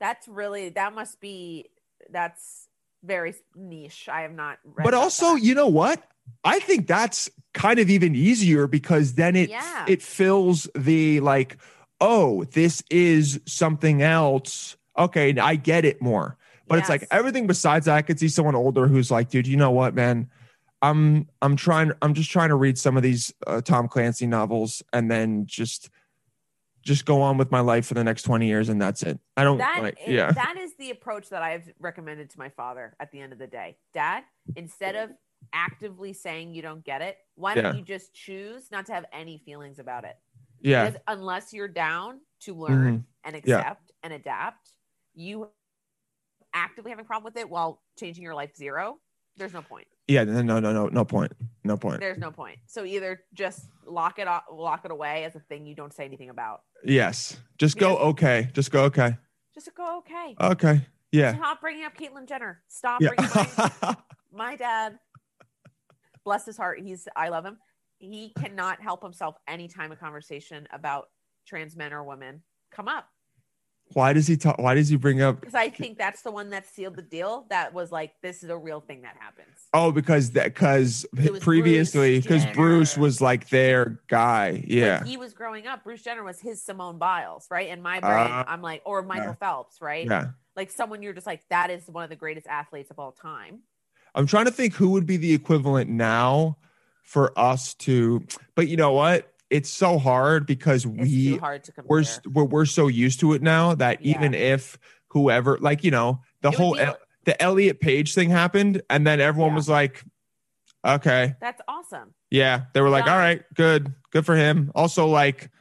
C: That's really that must be that's very niche. I have not read about
D: but also
C: that.
D: you know what i think that's kind of even easier because then it
C: Yeah.
D: it fills the like oh this is something else okay i get it more but it's like
C: Yes.
D: everything besides that i could see someone older who's like dude you know what man i'm i'm trying i'm just trying to read some of these uh, tom clancy novels and then just just go on with my life for the next 20 years and that's it i don't
C: That
D: oh, like,
C: is-
D: yeah
C: that is the approach that I've recommended to my father at the end of the day. Dad, instead of actively saying you don't get it, why don't
D: Yeah.
C: you just choose not to have any feelings about it?
D: yeah
C: Because unless you're down to learn
D: Mhm.
C: and accept
D: Yeah.
C: and adapt, you actively having a problem with it while changing your life zero, there's no point.
D: yeah no no no no no point no point
C: There's no point. So either just lock it off, lock it away as a thing you don't say anything about.
D: Yes. Just go
C: Yes.
D: okay. Just go okay.
C: Just go okay.
D: Okay. Yeah.
C: Stop bringing up Caitlyn Jenner. Stop
D: Yeah.
C: bringing up my dad bless his heart he's i love him he cannot help himself anytime a conversation about trans men or women come up
D: why does he talk why does he bring up
C: because i think that's the one that sealed the deal that was like this is a real thing that happens
D: Oh, because that because
C: It was
D: previously
C: Bruce
D: because
C: Jenner.
D: Bruce was like their guy. Yeah.
C: when he was growing up bruce jenner was his simone biles right in my brain
D: Uh,
C: i'm like or michael
D: yeah.
C: phelps right
D: Yeah.
C: like someone you're just like that is one of the greatest athletes of all time
D: I'm trying to think who would be the equivalent now for us to but you know what? It's so hard because
C: it's
D: we
C: too hard to compare
D: we're, s- we're we're so used to it now that
C: Yeah.
D: even if whoever like you know the
C: It would
D: whole
C: be
D: El- the Elliot Page thing happened and then everyone
C: Yeah.
D: was like okay
C: that's awesome
D: Yeah, they were like,
C: Done.
D: all right, good, good for him. Also, like,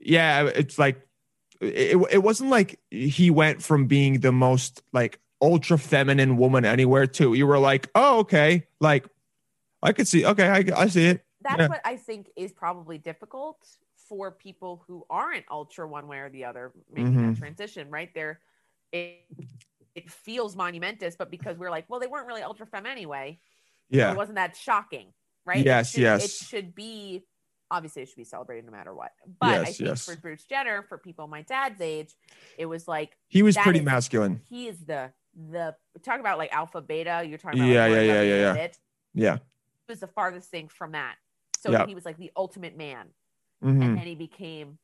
D: yeah, it's like, it, it wasn't like he went from being the most like ultra feminine woman anywhere to you were like, oh, okay, like, I could see, okay, I, I see it.
C: that's
D: Yeah.
C: what I think is probably difficult for people who aren't ultra one way or the other making
D: Mm-hmm.
C: that transition, right? There, it, it feels monumentous, but because we're like, well, they weren't really ultra femme anyway,
D: Yeah,
C: it wasn't that shocking, right? It
D: Yes,
C: should-
D: yes.
C: It should be obviously it should be celebrated no matter what. But I
D: Yes,
C: think
D: yes.
C: for Bruce Jenner, for people my dad's age, it was like
D: he was
C: that
D: pretty
C: is-
D: masculine.
C: he is the the talk about like alpha beta. You're talking about
D: Yeah,
C: like,
D: yeah,
C: what
D: yeah,
C: about
D: yeah,
C: being a
D: yeah.
C: bitch?
D: Yeah,
C: He was the farthest thing from that. So
D: Yeah.
C: he was like the ultimate man
D: hmm
C: and then he became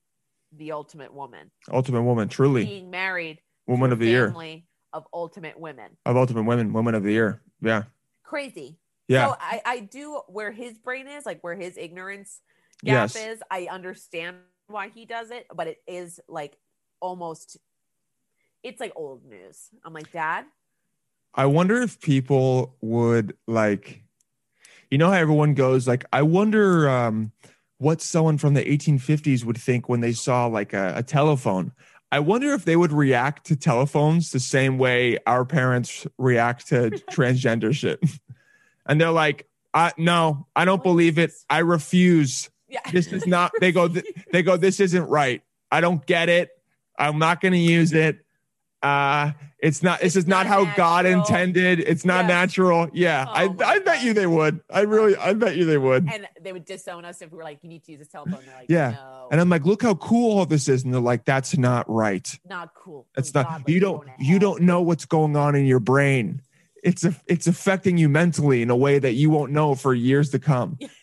C: the ultimate woman,
D: ultimate woman, truly
C: being married
D: woman
C: to a
D: of the year
C: family of ultimate women.
D: of ultimate women, woman of the year. Yeah,
C: Crazy.
D: yeah,
C: So I, I do where his brain is, like where his ignorance gap
D: yes,
C: is. I understand why he does it, but it is like almost, it's like old news. I'm like, Dad,
D: I wonder if people would like, you know how everyone goes like, I wonder um, what someone from the 1850s would think when they saw like a, a telephone. I wonder if they would react to telephones the same way our parents react to transgender shit. And they're like, I, no, I don't believe it. I refuse.
C: yeah,
D: This is not. They go. th- They go. This isn't right. I don't get it. I'm not going to use it. Uh, it's not. This
C: It's
D: is
C: not
D: not, how God
C: natural.
D: intended. It's not
C: Yes.
D: natural. Yeah,
C: Oh
D: I,
C: my
D: I bet
C: God.
D: you they would. I really, I bet you they would.
C: and they would disown us if we were like, you need to use a telephone. They're like,
D: Yeah.
C: no,
D: And I'm like, look how cool all this is, and they're like, that's not right.
C: not cool.
D: That's
C: I'm
D: not.
C: glad
D: You
C: we're
D: don't.
C: going to
D: You
C: hell.
D: don't know what's going on in your brain. it's a, it's affecting you mentally in a way that you won't know for years to come
C: Yes.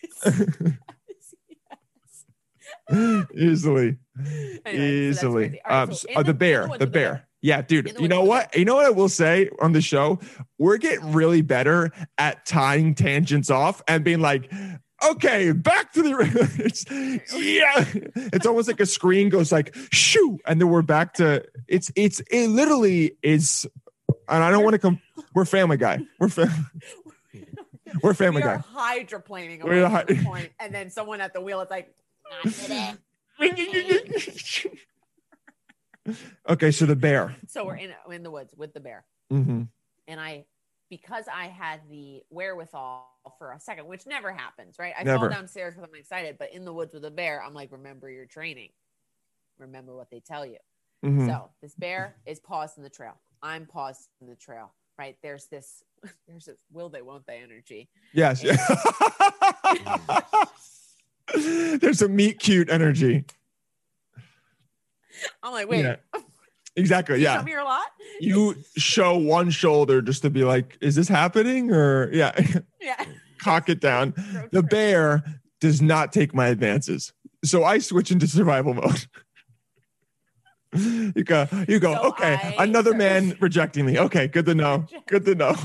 C: Yes.
D: easily
C: Anyway, so that's
D: easily
C: crazy. All right,
D: um,
C: so
D: so-
C: in
D: uh, the,
C: in
D: bear
C: woods
D: the
C: with
D: bear yeah
C: In
D: dude
C: the
D: you
C: woods
D: know
C: with the
D: what you know what i will say on the show we're getting really better at tying tangents off and being like okay back to the it's, yeah it's almost like a screen goes like shoo and then we're back to it's it's it literally is and i don't want to come we're family guy we're fam- we're family
C: we are
D: guy
C: hydroplaning
D: We're
C: away
D: hy-
C: from the point, and then someone at the wheel is like, "Not today."
D: okay so the bear
C: so we're in in the woods with the bear,
D: hmm
C: and I, because I had the wherewithal for a second, which never happens, right? I
D: Never.
C: fall downstairs because I'm excited, but in the woods with a bear, I'm like, remember your training, remember what they tell you.
D: hmm
C: So this bear is paused in the trail. I'm paused in the trail, right? There's this, there's this will they, won't they energy.
D: Yes. There's a meet cute energy.
C: I'm like, wait,
D: Yeah.
C: yeah.
D: Exactly.
C: yeah.
D: Yeah.
C: come here a lot.
D: You show one shoulder just to be like, is this happening? Or yeah,
C: Yeah.
D: cock it down.
C: Road
D: The
C: trip.
D: bear does not take my advances. So I switch into survival mode. You go, you go,
C: So
D: okay,
C: I-
D: another man rejecting me. Okay, good to know. Good to know.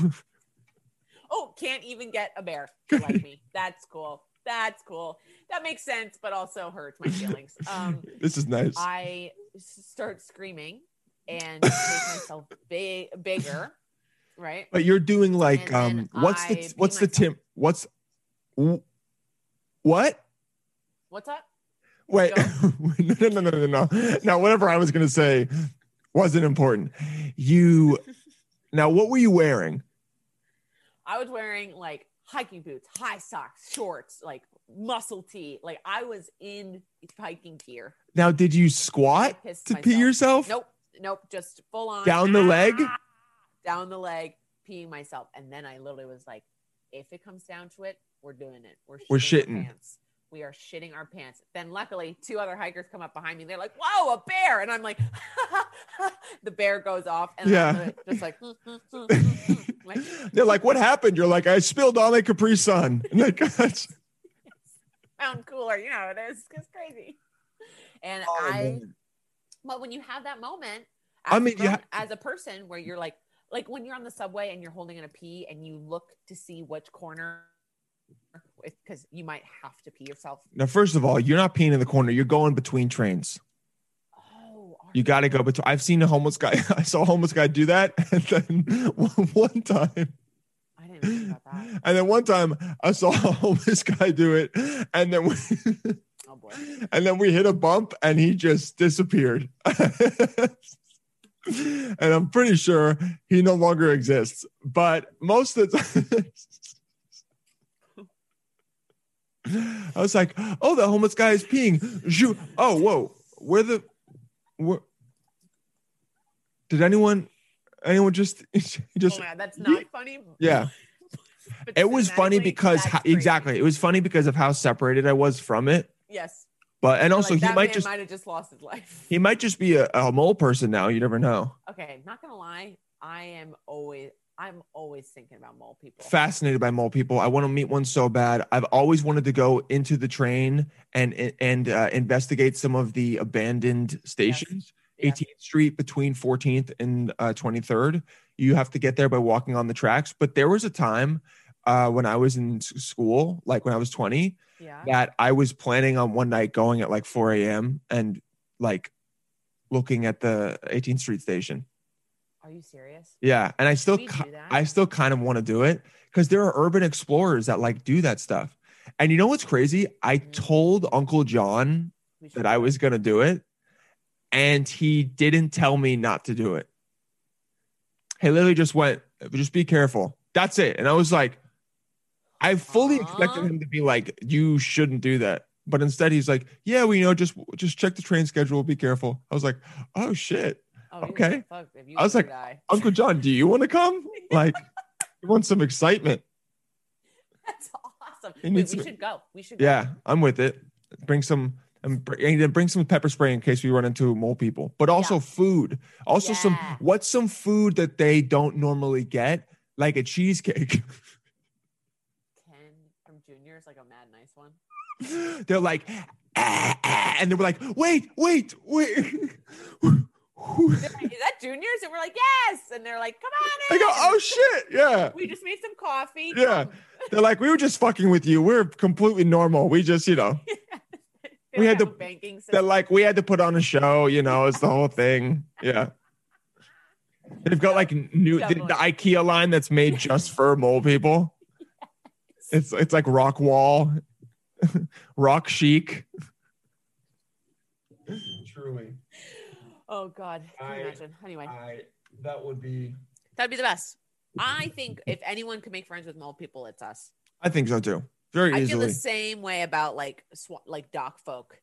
C: Oh, can't even get a bear to like me. That's cool. That's cool. That makes sense, but also hurts my feelings. Um,
D: This is nice.
C: I s- start screaming and make myself big, bigger, right?
D: But you're doing like
C: And
D: um
C: then
D: what's
C: I
D: the
C: pee
D: what's the
C: myself.
D: Tim what's wh- what?
C: What's up?
D: Wait.
C: Go.
D: no no no no no no. Now whatever I was going to say wasn't important. You Now what were you wearing?
C: I was wearing like hiking boots, high socks, shorts, like muscle tee. Like I was in hiking gear.
D: Now did you squat
C: I pissed
D: to
C: myself.
D: pee yourself?
C: Nope, nope, just full on
D: Down the leg?
C: down the leg, peeing myself, and then I literally was like, if it comes down to it, we're doing it. We're shitting.
D: We're
C: Our
D: shitting.
C: pants. We are shitting our pants. Then luckily, two other hikers come up behind me. They're like, "Whoa, a bear!" And I'm like, "The bear goes off," and
D: Yeah.
C: I'm literally just like, "Hmm, hmm, hmm, hmm, hmm." I'm like,
D: They're like, what happened? You're like, I spilled all my Capri Sun. And like, that's-
C: "Mountain cooler," you know how it is. It's crazy. And
D: oh,
C: I.
D: man.
C: But when you have that moment, as,
D: I
C: I
D: mean,
C: mean,
D: you ha-
C: as a person where you're like, like when you're on the subway and you're holding in a pee and you look to see which corner, because you might have to pee yourself.
D: now, first of all, you're not peeing in the corner. You're going between trains.
C: Oh, are
D: You got to go between. I've seen a homeless guy. I saw a homeless guy do that, and then one, one time,
C: I didn't think about that.
D: and then one time, I saw a homeless guy do it, and then we,
C: Oh boy,
D: and then we hit a bump, and he just disappeared. and I'm pretty sure he no longer exists. But most of the time, I was like, "Oh, the homeless guy is peeing." Shoo. Oh, whoa, where the where, did anyone anyone just
C: oh
D: just
C: my God, that's not funny.
D: yeah
C: but
D: it was funny
C: cinematically,
D: because
C: that's
D: how,
C: crazy.
D: exactly it was funny because of how separated i was from it
C: Yes.
D: but and
C: You're
D: also
C: like,
D: he
C: that
D: might
C: man
D: just
C: might have just lost his life.
D: he might just be a, a mole person now you never know
C: Okay, not gonna lie, I am always, I'm always thinking about mole people.
D: fascinated by mole people. I want to meet one so bad. I've always wanted to go into the train and and uh, investigate some of the abandoned stations.
C: Yeah.
D: 18th Street between 14th and uh, 23rd. You have to get there by walking on the tracks. But there was a time uh, when I was in s- school, like when I was 20,
C: Yeah.
D: that I was planning on one night going at like 4 a.m. and like looking at the 18th Street station.
C: Are you serious?
D: Yeah, and I still
C: We
D: ki-
C: do that.
D: I still kind of want to do it because there are urban explorers that like do that stuff. And you know what's crazy? I
C: Mhm.
D: told Uncle John
C: We should
D: that
C: do
D: I
C: it.
D: was going to do it, and he didn't tell me not to do it. He literally just went, just be careful. That's it. And I was like, I fully expected
C: Aw.
D: him to be like, you shouldn't do that. But instead, he's like, yeah, well, you know, just just check the train schedule, be careful. I was like, oh shit.
C: Oh, you
D: Okay.
C: were fucked if you
D: I was
C: live
D: like,
C: or die.
D: Uncle John, do you want to come? Like, you want some excitement?
C: That's awesome.
D: It
C: Wait,
D: needs
C: we
D: to be-
C: should go. We should go.
D: Yeah, I'm with it. Bring some and br- and then bring some pepper spray in case we run into mole people. But also
C: Yeah.
D: food. Also some
C: Yeah.
D: what's some food that they don't normally get? like a cheesecake.
C: Ken from Junior is like a mad nice one.
D: They're like, "Ah, ah," and they were like, wait, wait, wait.
C: They're
D: I
C: like, is that Junior's? And we're like, yes. And they're like, come on in.
D: go, oh shit, yeah.
C: we just made some coffee.
D: Yeah. They're like, we were just fucking with you. We're completely normal. We just, you know,
C: They
D: We
C: don't
D: had
C: have
D: to-
C: a banking
D: they're
C: system.
D: like, we had to put on a show, you know, it's the whole thing. Yeah. They've got like new the, the IKEA line that's made just for mole people. It's it's like rock wall, rock chic. Truly.
C: oh God. Can you
D: I-
C: imagine? Anyway,
D: I that would be
C: that'd be the best. I think if anyone could make friends with mole people, it's us.
D: I think so too. Very
C: I feel
D: easily.
C: the same way about like sw- like doc folk.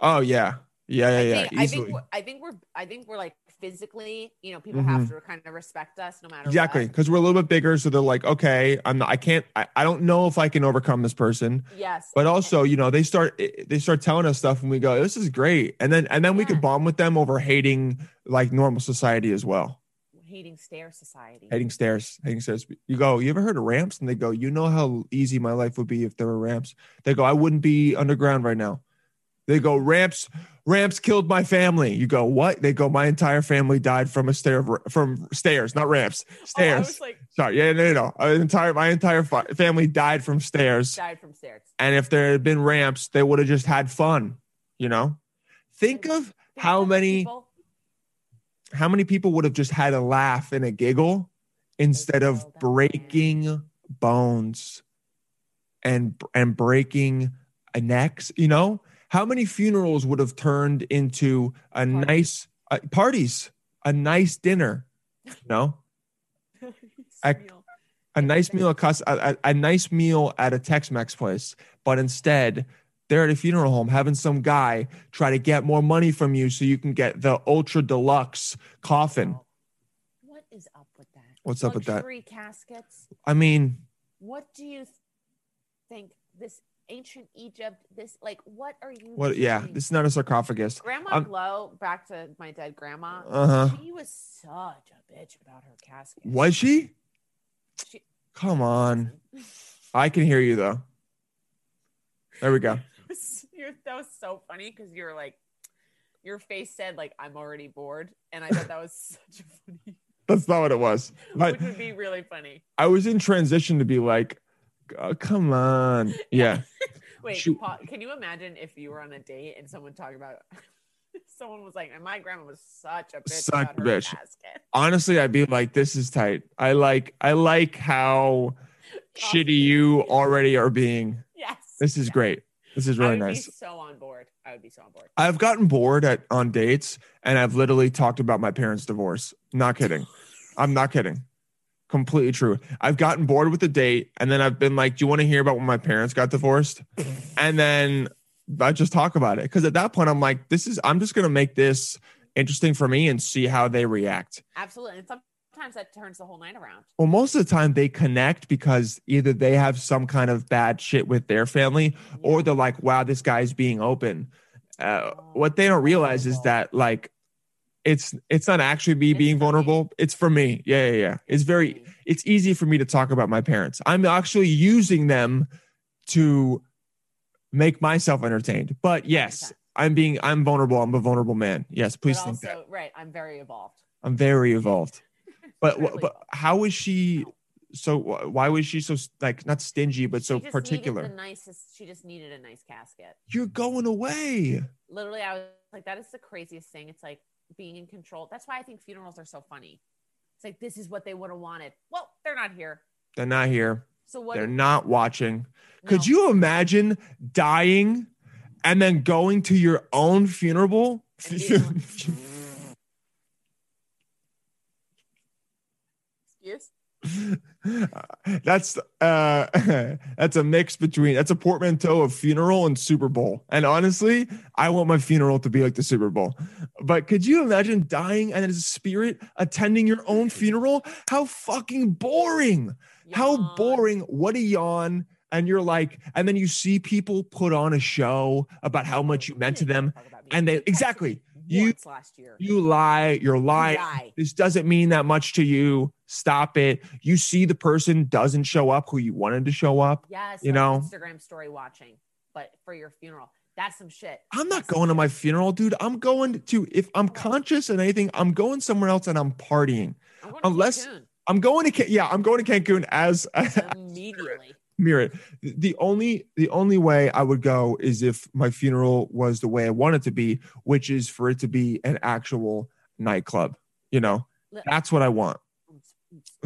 D: Oh yeah. Yeah, yeah,
C: I
D: yeah.
C: think, I think
D: easily.
C: we're, I think we're I think we're like physically, you know, people have to kind of respect us no matter
D: Mm-hmm. Exactly, because we're a little bit bigger, so they're like, okay, I'm not, I can't, I, I don't know if I can overcome this person.
C: What. Yes.
D: But also, you know, they start eh, they start telling us stuff, and we go, this is great, and then and then we
C: Yeah.
D: could bond with them over hating like normal society as well,
C: hating stare society.
D: hating stairs, hating stairs. You go, you ever heard of ramps? And they go, you know how easy my life would be if there were ramps. They go, I wouldn't be underground right now. They go, ramps, ramps killed my family. You go, what? They go, my entire family died from a stair of, from stairs, not ramps,
C: Oh,
D: stairs.
C: I was like
D: Sorry, yeah, no, no, no. Our entire my entire fa- family died from stairs,
C: died from stairs.
D: and if there had been ramps, they would have just had fun. You know, think of How
C: People-
D: many- how many people would have just had a laugh and a giggle instead of breaking bones and and breaking a necks. You know, how many funerals would have turned into a
C: Parties.
D: nice uh, parties, a nice dinner. You know. I-
C: Meal.
D: a nice meal at cus- a, a, a nice meal at a Tex-Mex place, but instead they're at a funeral home having some guy try to get more money from you so you can get the ultra deluxe coffin.
C: What is up with that?
D: What's up with that?
C: Luxury caskets.
D: I mean,
C: What do you think this ancient Egypt this like what are you
D: what? Yeah,
C: doing?
D: this is not a sarcophagus.
C: Grandma
D: I'm-
C: Glow, back to my dead grandma.
D: Uh huh.
C: She was such a bitch about her casket.
D: Was she?
C: She-
D: Come on, I can hear you though. There we go.
C: You're- that was so funny because you were like, your face said like I'm already bored, and I thought that was such a funny,
D: That's not what it was. But
C: which would be really funny.
D: I was in transition to be like, oh, come on. Yeah.
C: Wait,
D: Shoot.
C: Pa- can you imagine if you were on a date and someone talked about, someone was like, and my grandma was such a bitch
D: Such
C: about her
D: bitch.
C: casket.
D: honestly i'd be like this is tight i like i like how shitty you already are being
C: Yes,
D: this is great this is
C: I
D: really
C: would
D: nice
C: Be so on board. I would be so on board.
D: i've gotten bored at on dates and i've literally talked about my parents divorce not kidding i'm not kidding completely true i've gotten bored with the date and then i've been like do you want to hear about when my parents got divorced and then i just talk about it because at that point i'm like this is i'm just going to make this interesting for me and see how they react
C: Absolutely, and sometimes that turns the whole night around.
D: Well, most of the time they connect because either they have some kind of bad shit with their family or they're like, wow, this guy's being open. Uh, what they don't realize is that like it's it's not actually me
C: Oh. It's for me. Mm.
D: being vulnerable. It's for me. Yeah, yeah, yeah. It's very it's easy for me to talk about my parents. I'm actually using them to make myself entertained. But yes, I'm being I'm vulnerable. I'm a vulnerable man. Yes, please
C: but
D: think
C: also,
D: that.
C: right, I'm very evolved.
D: I'm very evolved. But wh-
C: Really
D: but
C: evolved.
D: how is she so? wh- Why was she so like not stingy but so
C: She just needed
D: particular?
C: The nicest. She just needed a nice casket.
D: You're going away.
C: Literally, I was like, that is the craziest thing. It's like being in control. That's why I think funerals are so funny. It's like this is what they would have wanted. Well, they're not here.
D: They're not here.
C: So what?
D: They're not watching.
C: no.
D: Could you imagine dying and then going to your own funeral?
C: And being Excuse?
D: that's uh that's a mix between that's a portmanteau of funeral and super bowl and honestly i want my funeral to be like the super bowl but could you imagine dying and as a spirit attending your own funeral how fucking boring how
C: Yawn.
D: boring what a yawn and you're like and then you see people put on a show about how much you meant to them
C: Talk about me.
D: and they
C: texted
D: exactly
C: me
D: you
C: once last year.
D: you lie you're lying
C: lie.
D: this doesn't mean that much to you Stop it. You see the person doesn't show up who you wanted to show up.
C: Yes.
D: You
C: like
D: know?
C: Instagram story watching, but for your funeral. That's some shit.
D: I'm
C: That's
D: not
C: some
D: going to
C: shit.
D: my funeral, dude. I'm going to, if I'm conscious and anything, I'm going somewhere else and I'm partying.
C: I'm going to
D: unless-
C: Cancun
D: I'm going to, Can- yeah, I'm going to Cancun as,
C: immediately.
D: mirror it. The only the only way I would go is if my funeral was the way I want it to be, which is for it to be an actual nightclub. You know,
C: Look.
D: that's what I want.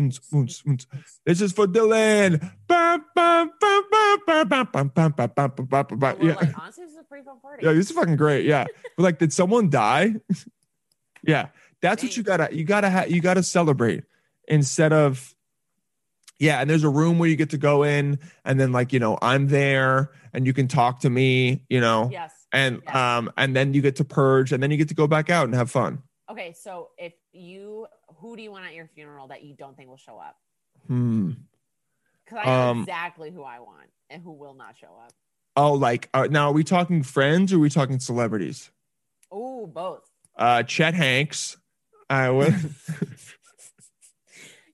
D: Oons, oons, oons. This is for Dylan. Bam, bam, bam, bam, bam, bam, bam, bam, bam, bam, bam, bam, bam, bam.
C: But we're
D: Uh, Yeah,
C: like, honestly, this is a pretty fun party.
D: yeah, this is fucking great. Yeah, but like, did someone die? yeah, that's what you gotta you gotta ha- you gotta celebrate instead of yeah. And there's a room where you get to go in, and then like you know I'm there, and you can talk to me, you know,
C: Yes.
D: and
C: Yes.
D: um and then you get to purge, and then you get to go back out and have fun.
C: Okay, so if you, who do you want at your funeral that you don't think will show up?
D: Hmm.
C: Because I know
D: Um,
C: exactly who I want and who will not show up.
D: Oh, like uh, now are we talking friends or are we talking celebrities?
C: Oh, both.
D: Uh, Chet Hanks. I would.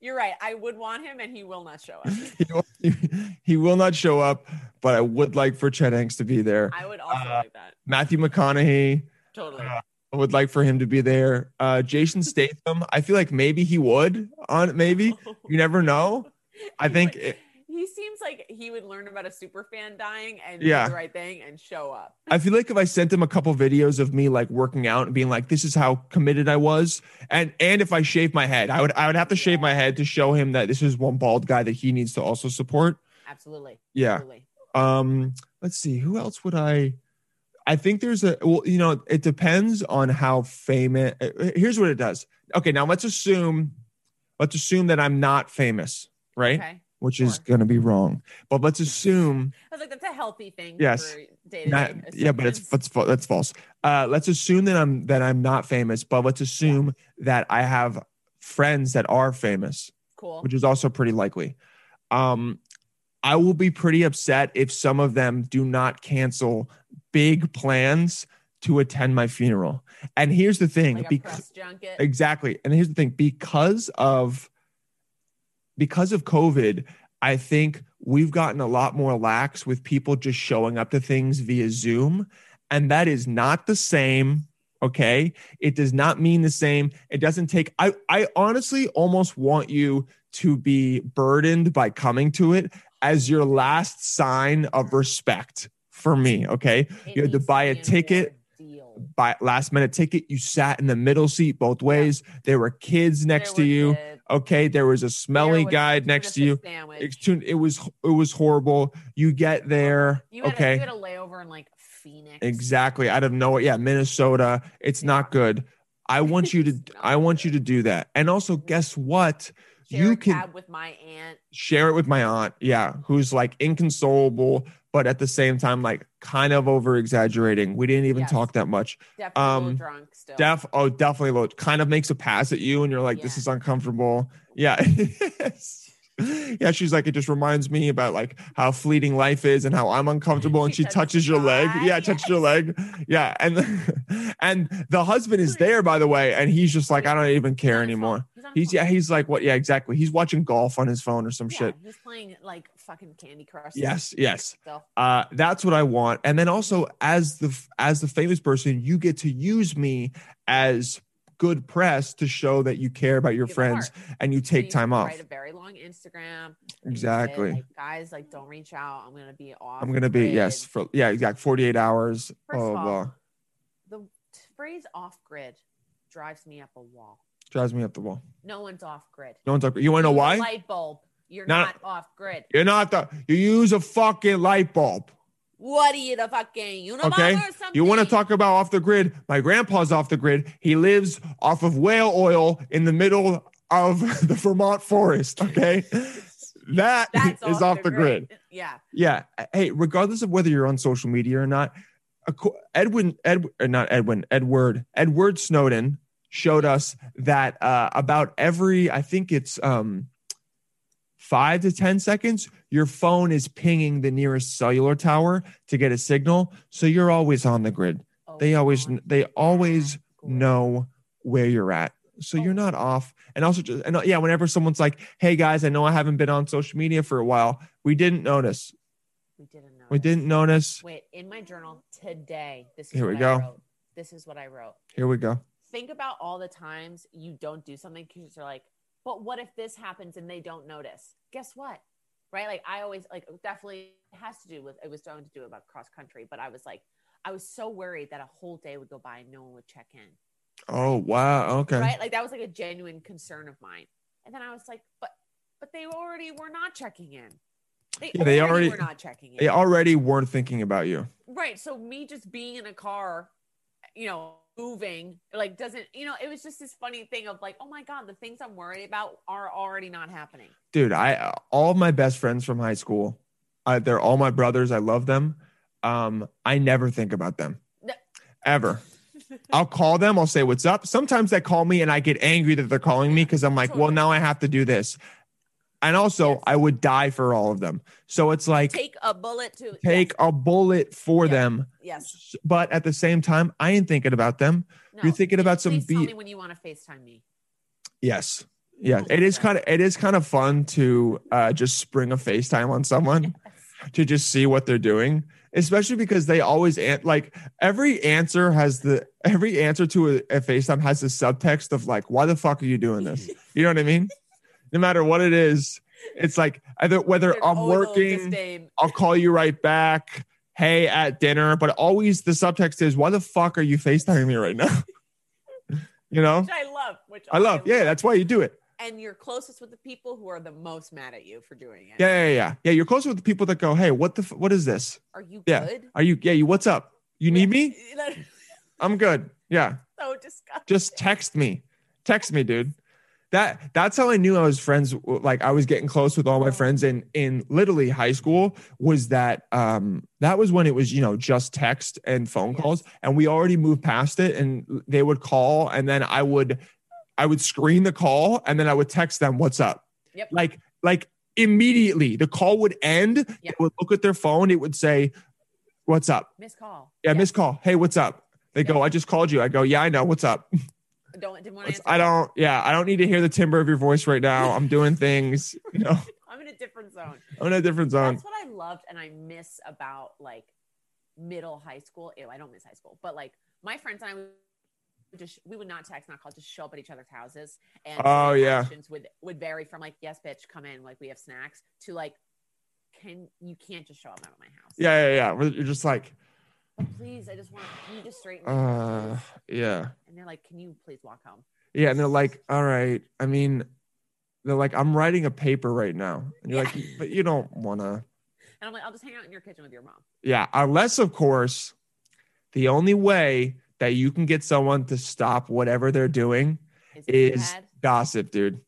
C: You're right. I would want him, and he will not show up.
D: he, will, he will not show up, but I would like for Chet Hanks to be there.
C: I would also
D: Uh,
C: like that.
D: Matthew McConaughey.
C: Totally.
D: uh, I would like for him to be there. Uh, Jason Statham. I feel like maybe he would. On maybe you never know. I
C: He
D: think
C: would-
D: it-
C: he seems like he would learn about a super fan dying and
D: Yeah.
C: do the right thing and show up.
D: I feel like if I sent him a couple videos of me like working out and being like, "This is how committed I was," and and if I shave my head, I would I would have to shave my head to show him that this is one bald guy that he needs to also support.
C: Absolutely.
D: Yeah.
C: Absolutely.
D: um let's see who else would i i think there's a well you know it depends on how famous uh, here's what it does okay now let's assume let's assume that i'm not famous right
C: Okay.
D: which is
C: sure.
D: going to be wrong but let's assume
C: I was like, that's a healthy thing.
D: Yes.
C: For day-to-day
D: not, yeah but it's
C: assistance.
D: that's, fa- that's false uh let's assume that i'm that i'm not famous but let's assume that i have friends that are famous
C: cool.
D: which is also pretty likely. Um, I will be pretty upset if some of them do not cancel big plans to attend my funeral. And here's the thing,
C: like a
D: bec-
C: press junket.
D: exactly. And here's the thing, because of because of COVID, I think we've gotten a lot more lax with people just showing up to things via Zoom, and that is not the same. Okay, it does not mean the same. It doesn't take. I I honestly almost want you to be burdened by coming to it as your last sign of respect for me. Okay,
C: It
D: you had to
C: needs
D: buy a
C: be an
D: ticket.
C: ordeal.
D: by last minute ticket, you sat in the middle seat both ways. There were kids next
C: There
D: to
C: was
D: you.
C: a- there
D: Okay, there was a smelly
C: was
D: guy
C: a
D: next to
C: tuna
D: you.
C: fish sandwich.
D: It's too- It was it was horrible. You get there,
C: You had, a,
D: okay?
C: you had a layover in like Phoenix.
D: exactly. Out of nowhere, yeah, Minnesota. It's not good. I want you to.
C: It's not
D: I want you
C: good.
D: to do that. And also, guess what?
C: Share
D: you
C: a
D: can-
C: cab with my aunt.
D: Share it with my aunt. Yeah, who's like inconsolable, but at the same time, like kind of over exaggerating. We didn't even
C: Yes.
D: talk that much.
C: Definitely a little
D: Um,
C: drunk still.
D: Def, oh, definitely. Low, kind of makes a pass at you, and you're like, "This
C: Yeah.
D: is uncomfortable." Yeah. Yeah, she's like, it just reminds me about like how fleeting life is and how I'm uncomfortable. And
C: She
D: she, touches,
C: touches
D: your
C: your
D: leg.
C: eye,
D: Yeah, touches your leg. Yeah, and and the husband is there, by the way, and he's just like, I don't even
C: He's
D: care
C: on his phone.
D: anymore.
C: on his
D: He's
C: phone.
D: yeah, he's like, what? Yeah, exactly. He's watching golf on his phone or some
C: Yeah,
D: shit.
C: He's playing like fucking Candy Crush.
D: Yes, yes.
C: So,
D: Uh, that's what I want. And then also, as the as the famous person, you get to use me as good press to show that you care about your
C: Give a
D: friends and you
C: so
D: take
C: you
D: time
C: can
D: off.
C: Write a very long Instagram. and you say,
D: Exactly.
C: like, Guys, like, don't reach out. I'm gonna be off.
D: I'm gonna be
C: grid."
D: yes for yeah exact 48 hours.
C: First
D: oh,
C: of all,
D: blah.
C: The t- phrase "off grid" drives me up a wall.
D: drives me up the wall.
C: No one's off grid.
D: No one's like you want to know
C: Use a
D: why?
C: Light bulb. You're not
D: Not-
C: off grid.
D: You're not the you use a fucking light bulb.
C: What are you the fucking Unabomber
D: Okay.
C: or something?
D: You want to talk about off the grid? My grandpa's off the grid. He lives off of whale oil in the middle of the Vermont forest. Okay, that
C: That's
D: is off the grid.
C: Yeah.
D: Yeah. Hey, regardless of whether you're on social media or not, acco- Edwin, Ed, or not Edwin, Edward, Edward Snowden showed us that uh, about every, I think it's um, five to 10 seconds, your phone is pinging the nearest cellular tower to get a signal. So you're always on the grid. They always,
C: Oh,
D: they always
C: my God.
D: know where you're at. So you're not off. And also, just, and uh, yeah, whenever someone's like, "Hey guys, I know I haven't been on social media for a while. We didn't notice.
C: We didn't know.
D: We didn't notice.
C: Wait, in my journal today, this is
D: Here we
C: what
D: go.
C: I wrote. This is what I wrote.
D: Here we go.
C: Think about all the times you don't do something because you're like, but what if this happens and they don't notice? Guess what? Right? Like I always like definitely it has to do with it was going to do about cross country, but I was like, I was so worried that a whole day would go by and no one would check in.
D: Oh wow. Okay.
C: right like that was like a genuine concern of mine and then i was like but but they already were not checking in they,
D: Yeah, they
C: already
D: already-
C: were not checking in
D: They already weren't thinking about you.
C: right so me just being in a car you know moving like doesn't you know it was just this funny thing of like oh my god the things i'm worried about are already not happening
D: dude i all my best friends from high school I, they're all my brothers i love them um i never think about them
C: No.
D: ever i'll call them i'll say what's up sometimes they call me and i get angry that they're calling me because i'm like well
C: Totally.
D: now i have to do this and also
C: Yes.
D: i would die for all of them so it's like take,
C: take a bullet to
D: a bullet for
C: Yeah.
D: them
C: yes,
D: but at the same time i ain't thinking about them
C: yes.
D: You're thinking about some
C: please tell
D: beat-
C: me when you want to facetime me
D: yes yeah
C: Oh,
D: it is
C: yeah.
D: kind of it is kind of fun to uh just spring a facetime on someone to just see what they're doing, especially because they always an- like every answer has the every answer to a, a FaceTime has the subtext of like, why the fuck are you doing this? You know what I mean? No matter what it is, it's like either whether
C: There's always
D: I'm
C: a little
D: working,
C: disdain.
D: I'll call you right back. Hey, at dinner, but always the subtext is, why the fuck are you FaceTiming me right now? you know,
C: which i love which
D: I love. Yeah, that's why you do it.
C: and you're closest with the people who are the most mad at you for doing it
D: Yeah, yeah, yeah. Yeah, you're closer with the people that go, hey, what the f- what is this?
C: are you
D: Yeah.
C: good
D: Are you? Yeah, you. What's up? You need me?
C: That's
D: I'm good. Yeah.
C: so disgusting.
D: Just text me. Text me, dude. That that's how I knew I was friends. Like I was getting close with all my friends in in literally high school. Was that um that was when it was you know just text and phone
C: Yes.
D: calls, and we already moved past it. And they would call, and then I would I would screen the call, and then I would text them, "What's up?"
C: Yep.
D: Like like immediately, the call would end.
C: Yeah.
D: They would look at their phone. It would say, "What's up?"
C: Miss call.
D: Yeah, missed call. Hey, what's up? They go, I just called you. I go, yeah, I know. What's up?
C: Don't didn't want to
D: What's-
C: answer.
D: I don't, yeah, I don't need to hear the timbre of your voice right now. I'm doing things, you know,
C: I'm in a different zone.
D: I'm in a different zone.
C: That's what I loved and I miss about like middle high school. Ew, I don't miss high school, but like my friends and I would just we would not text, not call, just show up at each other's houses and
D: Oh,
C: our
D: yeah.
C: actions would would vary from like yes bitch come in like we have snacks to like can you can't just show up out of my house.
D: Yeah, yeah, yeah. Where You're just like,
C: But please, I just want you to straighten. me out,
D: uh,
C: please.
D: yeah.
C: and they're like, can you please walk home?
D: Yeah. And they're like, all right. I mean, they're like, I'm writing a paper right now. And you're
C: Yeah.
D: like, but you don't want to.
C: And I'm like, I'll just hang out in your kitchen with your mom.
D: Yeah. Unless, of course, the only way that you can get someone to stop whatever they're doing
C: Is it
D: is
C: bad?
D: gossip, dude.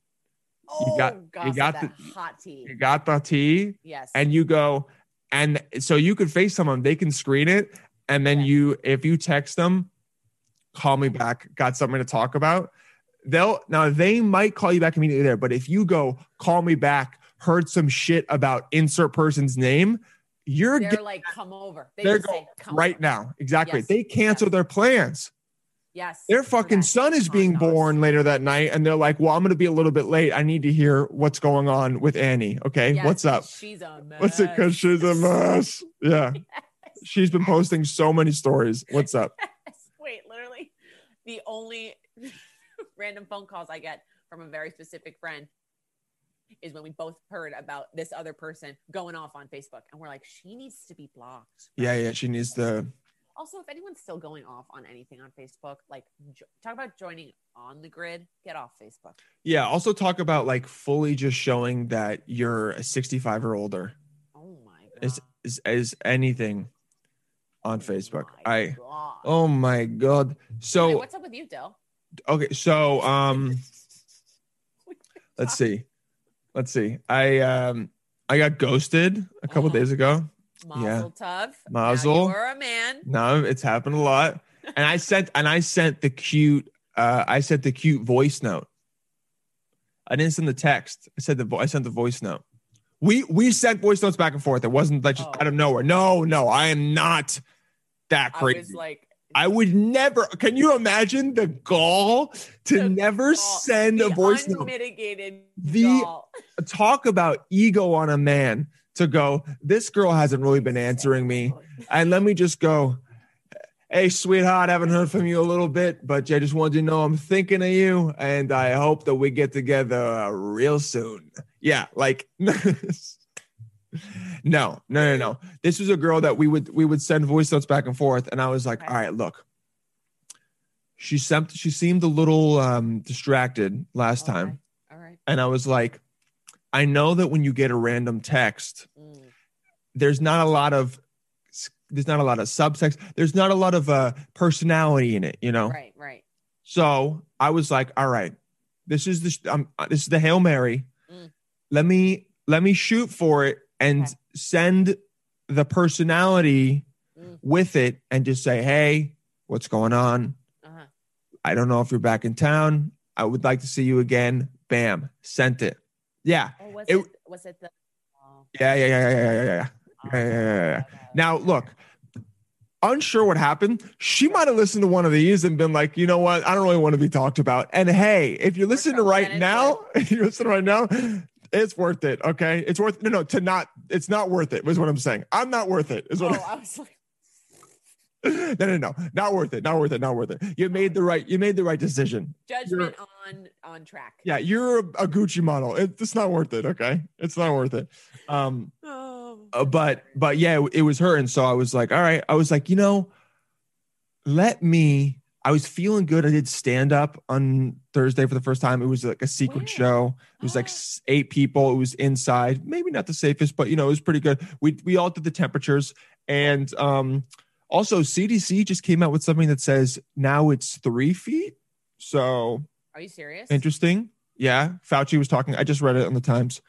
C: Oh,
D: got-
C: gossip,
D: got
C: that hot tea.
D: You got the tea.
C: Yes.
D: and you go and so you could face someone they can screen it and then
C: Yeah.
D: you if you text them call me back got something to talk about they'll now they might call you back immediately there but if you go call me back heard some shit about insert person's name you're
C: they're
D: getting
C: like, come over. They
D: They're
C: just say, come
D: right
C: over.
D: now exactly
C: Yes.
D: they cancel
C: Yes.
D: their plans
C: Yes.
D: their
C: for
D: fucking
C: that.
D: son is
C: Oh,
D: being
C: gosh.
D: born later that night and they're like well i'm gonna be a little bit late i need to hear what's going on with annie okay
C: Yes,
D: what's up
C: She's a mess.
D: What's it? Because she's a mess. Yeah. She's been posting so many stories. What's up?
C: Wait, literally, the only random phone calls I get from a very specific friend is when we both heard about this other person going off on Facebook, and we're like, she needs to be blocked.
D: Yeah, yeah. She needs to.
C: Also, if anyone's still going off on anything on Facebook, like jo- talk about joining on the grid, get off Facebook.
D: Yeah. Also, talk about like fully just showing that you're a 65 or older
C: Oh my god.
D: is is, is anything on Facebook.
C: my
D: I.
C: God.
D: Oh my god.
C: Wait,
D: So
C: what's up with you, Dill?
D: okay. So um. Let's see. Let's see. I um. I got ghosted a couple
C: Uh-huh.
D: days ago.
C: Mazel tov. Now
D: Mazel.
C: You're a man.
D: No, it's happened a lot. And I sent and I sent the cute uh I sent the cute voice note. I didn't send the text. I said the vo- I sent the voice note. We we sent voice notes back and forth. It wasn't like just
C: Oh.
D: out of nowhere. No, no, I am not that
C: I was
D: crazy.
C: like,
D: I would never. Can you imagine the gall to
C: The
D: never send
C: the
D: a voice note?
C: unmitigated
D: The-
C: gall.
D: Talk about ego on a man to go. This girl hasn't really been answering me, and let me just go. Hey, sweetheart, haven't heard from you a little bit, but I just wanted you to know I'm thinking of you, and I hope that we get together uh, real soon. Yeah, like no, no, no, no. This was a girl that we would we would send voice notes back and forth, and I was like,
C: Right.
D: all right, look. She seemed she seemed a little um, distracted last
C: Okay.
D: time,
C: All right.
D: and I was like, I know that when you get a random text,
C: Mm.
D: there's not a lot of there's not a lot of subtext there's not a lot of uh personality in it you know
C: Right, right.
D: so i was like all right this is the um, this is the hail mary
C: Mm.
D: let me let me shoot for it and
C: Okay.
D: send the personality
C: Mm.
D: with it and just say hey what's going on
C: Uh-huh.
D: i don't know if you're back in town i would like to see you again bam sent it yeah
C: Oh, was
D: It-
C: it, was it the oh,
D: yeah yeah yeah yeah yeah yeah, yeah. Yeah, yeah, yeah, yeah.
C: oh,
D: Now, look, unsure what happened. She might have listened to one of these and been like, you know what? I don't really want to be talked about. And hey, if you're listening
C: trying,
D: right
C: and it's
D: now, if you're listening right now, it's worth it. Okay. It's worth no, no, to not, it's not worth it, was what I'm saying. I'm not worth it, is what
C: Oh, I was like,
D: no, no, no, not worth it, not worth it, not worth it. You made the right, you made the right decision.
C: judgment on on track.
D: Yeah, you're a, a Gucci model. It, it's not worth it. Okay. It's not worth it. Um,
C: Oh,
D: Uh, but but yeah, it was her, and so I was like, all right, I was like, you know, let me. I was feeling good. I did stand up on Thursday for the first time. It was like a secret
C: Where? Oh.
D: show. It was like s- eight people. It was inside. Maybe not the safest, but you know, it was pretty good. We we all did the temperatures, and um, also CDC just came out with something that says now it's three feet. So
C: are you serious?
D: interesting. Yeah, Fauci was talking. I just read it on the Times.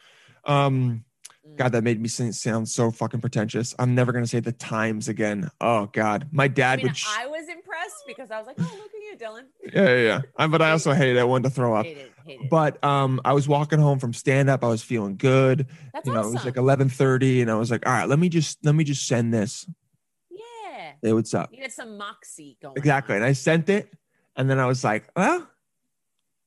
D: Um,
C: Mm.
D: God, that made me sa- sound so fucking pretentious. I'm never gonna say the times again. Oh God, my
C: I,
D: dad
C: mean,
D: would. Sh-
C: I was impressed because I was like, oh, look at you, Dylan.
D: yeah, yeah, yeah. I, but I also hated. it. I wanted to throw up.
C: Hate it, hate it.
D: Uh, But um, I was walking home from stand up. I was feeling good.
C: That's
D: you know,
C: awesome.
D: it was like 11:30, and I was like, all right, let me just let me just send this.
C: yeah,
D: Hey, what's up?
C: you had some moxie going.
D: Exactly.
C: on.
D: And I sent it, and then I was like, well,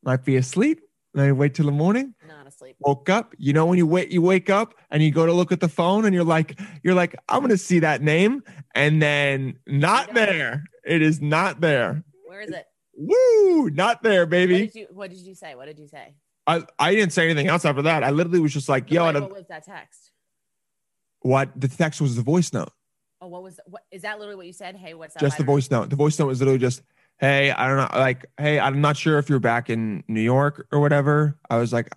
D: might be asleep. Let me wait till the morning.
C: Not asleep.
D: woke up. You know when you wait, you wake up and you go to look at the phone and you're like, you're like, I'm gonna see that name, and then not there. It is not there.
C: Where is it?
D: Woo, not there,
C: What
D: baby.
C: did you What did you say? What did you say?
D: I, I didn't say anything else after that. I literally was just like, yo,
C: "Oh, Wait,
D: and
C: what
D: I'm-
C: was that text?
D: what the text was the voice note,
C: Oh, what was what? Is that literally what you said? Hey, what's up?
D: just
C: I
D: the
C: don't know.
D: voice note. The voice note was literally just, hey, I don't know, like, hey, I'm not sure if you're back in New York or whatever. I was like,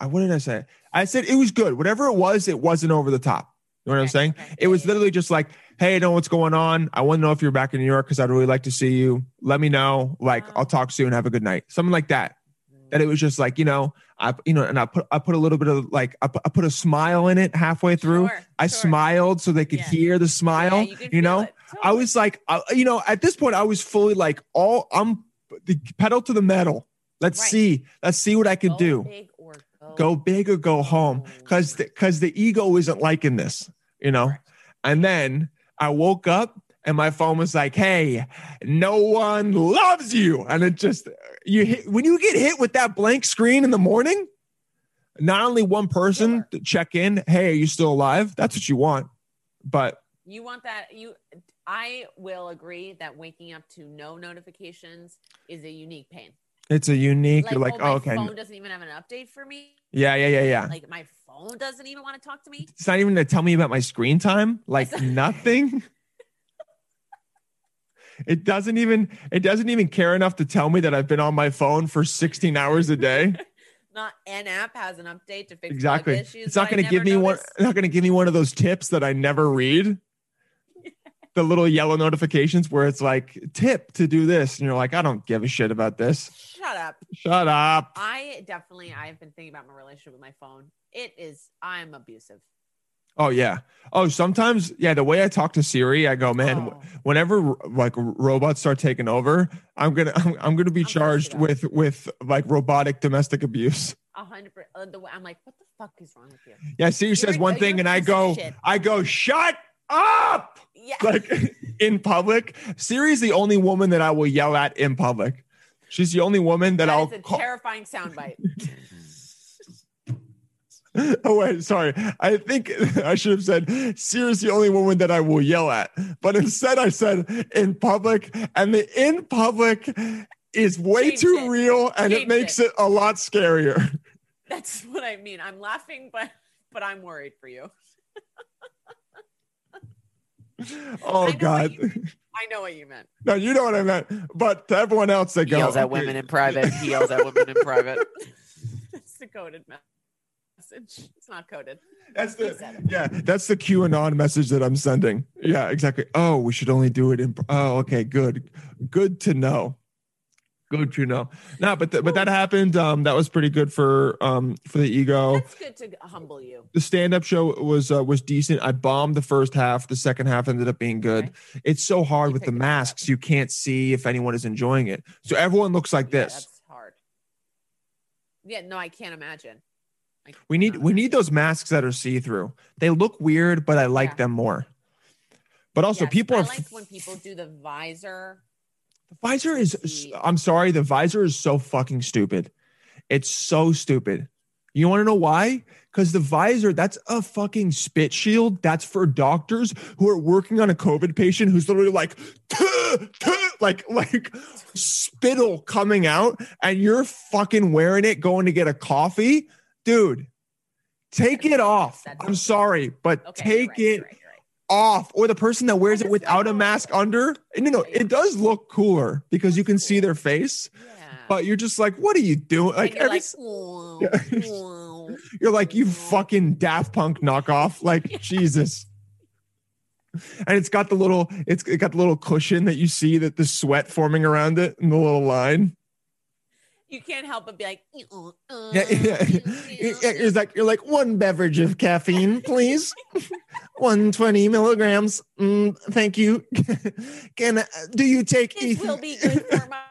D: I, what did I say? I said it was good. Whatever it was, it wasn't over the top. You know what I'm
C: Okay,
D: saying?
C: okay.
D: It was
C: Yeah, yeah,
D: literally just like, hey, I know what's going on. I want to know if you're back in New York because I'd really like to see you. Let me know. Like, I'll talk soon. Have a good night. Something like that.
C: yeah.
D: That it was just like, you know, I, you know, and I put, I put a little bit of like, I put, I put a smile in it halfway through.
C: Sure,
D: I
C: sure.
D: smiled so they could
C: Yeah.
D: hear the
C: Yeah,
D: smile.
C: can
D: you
C: feel
D: know,
C: it.
D: I
C: Totally.
D: was like, I, you know, at this point, I was fully like, all I'm the pedal to the metal. Let's
C: Right.
D: see, let's see what I can
C: Go
D: do
C: big or go,
D: go big or go home because because the ego isn't liking this you know
C: Correct.
D: and then i woke up and my phone was like hey no one loves you and it just you hit when you get hit with that blank screen in the morning not only one person
C: Killer.
D: to check in hey are you still alive that's what you want but
C: You want that? You, I will agree that waking up to no notifications is a unique pain.
D: it's a unique you're like
C: my
D: oh, okay
C: phone doesn't even have an update for me.
D: yeah yeah yeah yeah
C: Like my phone doesn't even want to talk to me.
D: it's not even to tell me about my screen time like nothing it doesn't even it doesn't even care enough to tell me that i've been on my phone for 16 hours a day
C: Not an app has an update to fix bug
D: exactly
C: issues.
D: it's not
C: going to
D: give me one
C: noticed.
D: it's not going to give me one of those tips that i never read the little yellow notifications where it's like tip to do this and you're like i don't give a shit about this
C: Shut up.
D: shut up
C: I definitely, I've been thinking about my relationship with my phone. It is, I'm abusive.
D: oh yeah oh sometimes yeah the way i talk to siri i go man
C: Oh.
D: whenever like robots start taking over i'm gonna i'm, I'm gonna be
C: I'm gonna
D: charged
C: shoot up.
D: with with like robotic domestic abuse
C: A hundred uh, percent. I'm like, what the fuck is wrong with you?
D: yeah siri
C: You're
D: says
C: in-
D: one
C: you're a
D: thing and i
C: piece of
D: go
C: shit.
D: i go shut up
C: Yeah.
D: like in public. Siri's the only woman that I will yell at in public. She's the only woman that,
C: That
D: I'll
C: is a
D: call.
C: terrifying soundbite.
D: oh wait, sorry. I think I should have said Siri's the only woman that I will yell at, but instead I said in public, and the in public is way
C: Changed
D: too
C: it.
D: real, and it
C: Changed
D: makes
C: it.
D: it a lot scarier.
C: That's what I mean. I'm laughing, but but I'm worried for you.
D: Oh
C: what
D: God!
C: you I know what you meant.
D: No, you know what I meant. But to everyone else, they
E: He
D: go.
E: yells at
D: okay.
E: women in private. He yells at women in private.
C: It's a coded me- message. It's not coded.
D: That's
C: He
D: the
C: said
D: yeah. That's the QAnon message that I'm sending. Yeah, exactly. Oh, we should only do it in. Oh, okay, good. Good to know. Good to know. No, but th- but that happened. Um, that was pretty good for um for the ego.
C: That's good to humble you.
D: The stand up show was uh, was decent. I bombed the first half. The second half ended up being good. It's so hard
C: You
D: with the
C: picked it up.
D: masks. You can't see if anyone is enjoying it. So everyone looks like
C: Yeah,
D: this.
C: that's hard. Yeah, no, I can't imagine. I
D: We need
C: cannot
D: we
C: imagine.
D: need those masks that are see through. They look weird, but I like
C: Yeah.
D: them more. But also,
C: Yes,
D: people
C: I
D: are
C: like when people do the visor.
D: the visor is.
C: see.
D: I'm sorry, the visor is so fucking stupid. It's so stupid. You want to know why? Because the visor, that's a fucking spit shield. That's for doctors who are working on a COVID patient who's literally like, "Tuh, tuh," like, like spittle coming out, and you're fucking wearing it going to get a coffee, dude. Take it off.
C: That's-
D: I'm sorry, but
C: Okay, you're
D: take
C: right,
D: it
C: you're right, you're right.
D: off or the person that wears
C: just
D: it
C: like
D: without
C: the
D: a
C: look.
D: mask under no no it does look cooler because you can see their face
C: Yeah.
D: but you're just like what are you doing like
C: And you're
D: every,
C: like, "Wow, wow."
D: you're like you fucking daft punk knockoff like jesus and it's got the little it's it got the little cushion that you see that the sweat forming around it and the little line
C: you can't help but be like, "Uh, uh,
D: yeah, yeah.
C: uh,
D: It-
C: uh."
D: it's like you're like one beverage of caffeine please 120 milligrams Mm, thank you can I- do you take
C: This
D: eth-
C: will be good for my,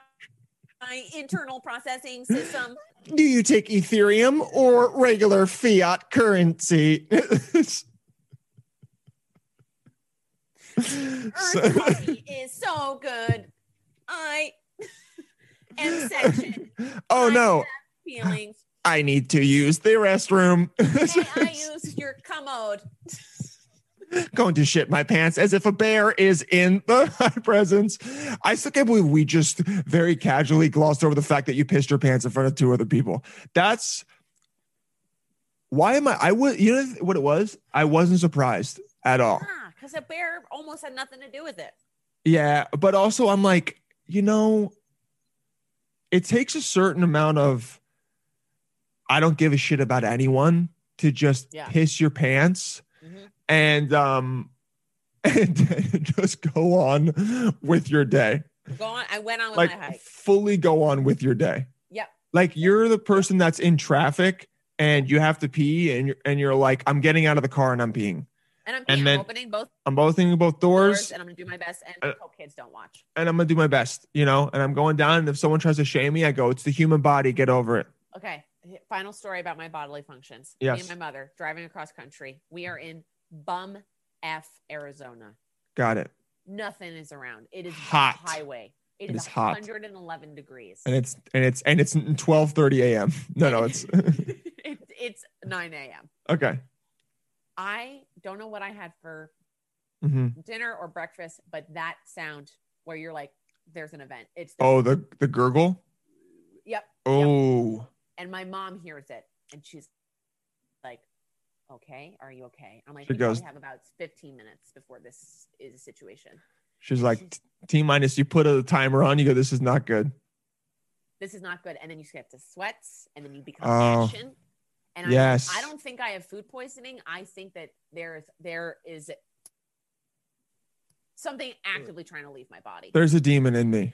C: my internal processing system.
D: do you take Ethereum or regular fiat currency?
C: Earth
D: So-
C: coffee is so good. I am section
D: oh no,
C: feelings.
D: I need to use the restroom.
C: May I use your commode?
D: Going to shit my pants as if a bear is in the presence. I still can't believe we just very casually glossed over the fact that you pissed your pants in front of two other people. That's why am I? I was, you know what it was? I wasn't surprised at all.
C: Because a bear almost had nothing to do with it.
D: Yeah, but also I'm like, you know, it takes a certain amount of I don't give a shit about anyone to just
C: Yeah.
D: piss your pants
C: Mhm.
D: Mm-hmm. and um and just go on with your day.
C: Go on. I went on with my
D: Like
C: hike.
D: fully go on with your day.
C: Yep.
D: Like you're the person that's in traffic and you have to pee and you're, and you're like I'm getting out of the car and I'm peeing.
C: And I'm,
D: and then-
C: opening both
D: I'm opening both doors
C: doors and I'm going to do my best and
D: Uh,
C: hope kids don't watch.
D: and I'm gonna do my best, you know. And I'm going down. And if someone tries to shame me, I go, "It's the human body. Get over it."
C: Okay. Final story about my bodily functions. Me
D: Yes.
C: and my mother driving across country. We are in bum F, Arizona.
D: Got it.
C: Nothing is around. It is the
D: Hot.
C: highway.
D: It
C: it is,
D: is hot.
C: 111 degrees.
D: And it's and it's and it's 12:30 a.m. No, no, it's
C: it, it's 9 a.m.
D: okay.
C: I don't know what I had for
D: hmm
C: dinner or breakfast, but that sound where you're like, there's an event. It's
D: Oh, the the gurgle.
C: yep.
D: Oh,
C: And my mom hears it and she's like, okay, are you okay? I'm like,
D: She
C: we probably
D: goes-
C: have about 15 minutes before this is a situation.
D: she's like T minus. You put a timer on. You go. This is not good.
C: This is not good. And then you get to sweats and then you become
D: Oh.
C: action. And
D: Yes.
C: I, I don't think I have food poisoning. I think that there is there is something actively trying to leave my body.
D: There's a demon in me.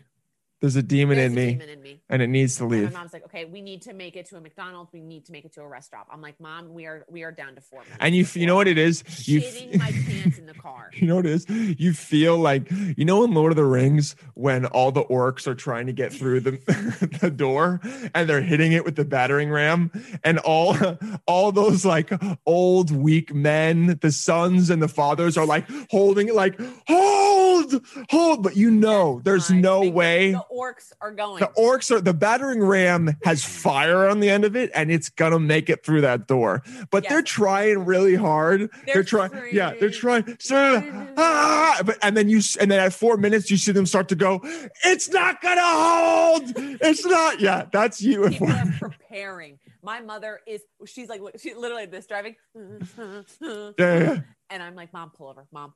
D: There's a demon
C: There's
D: in
C: a
D: me,
C: demon in me.
D: and it needs to
C: And my
D: leave.
C: mom's like, okay, we need to make it to a McDonald's. We need to make it to a rest stop. I'm like, mom, we are we are down to four. minutes
D: And you, f-
C: before
D: you know what it is. You, f-
C: Shitting my pants in the car.
D: you know what it is. You feel like you know in Lord of the Rings when all the orcs are trying to get through the the door and they're hitting it with the battering ram, and all all those like old weak men, the sons and the fathers are like holding it, like hold, hold. But you know, there's
C: Fine.
D: no
C: Make-
D: way.
C: The orcs are going.
D: The orcs are the battering ram has fire on the end of it, and it's gonna make it through that door. But
C: Yes.
D: they're trying really hard. They're, trying, yeah, they're trying. Sir, ah! but and then you s- and then at four minutes you see them start to go. It's not gonna hold. It's not. Yeah, that's you. at
C: People
D: four-
C: are preparing. My mother is. She's like, she literally this driving.
D: Yeah, yeah, yeah.
C: And I'm like, mom, pull over, mom,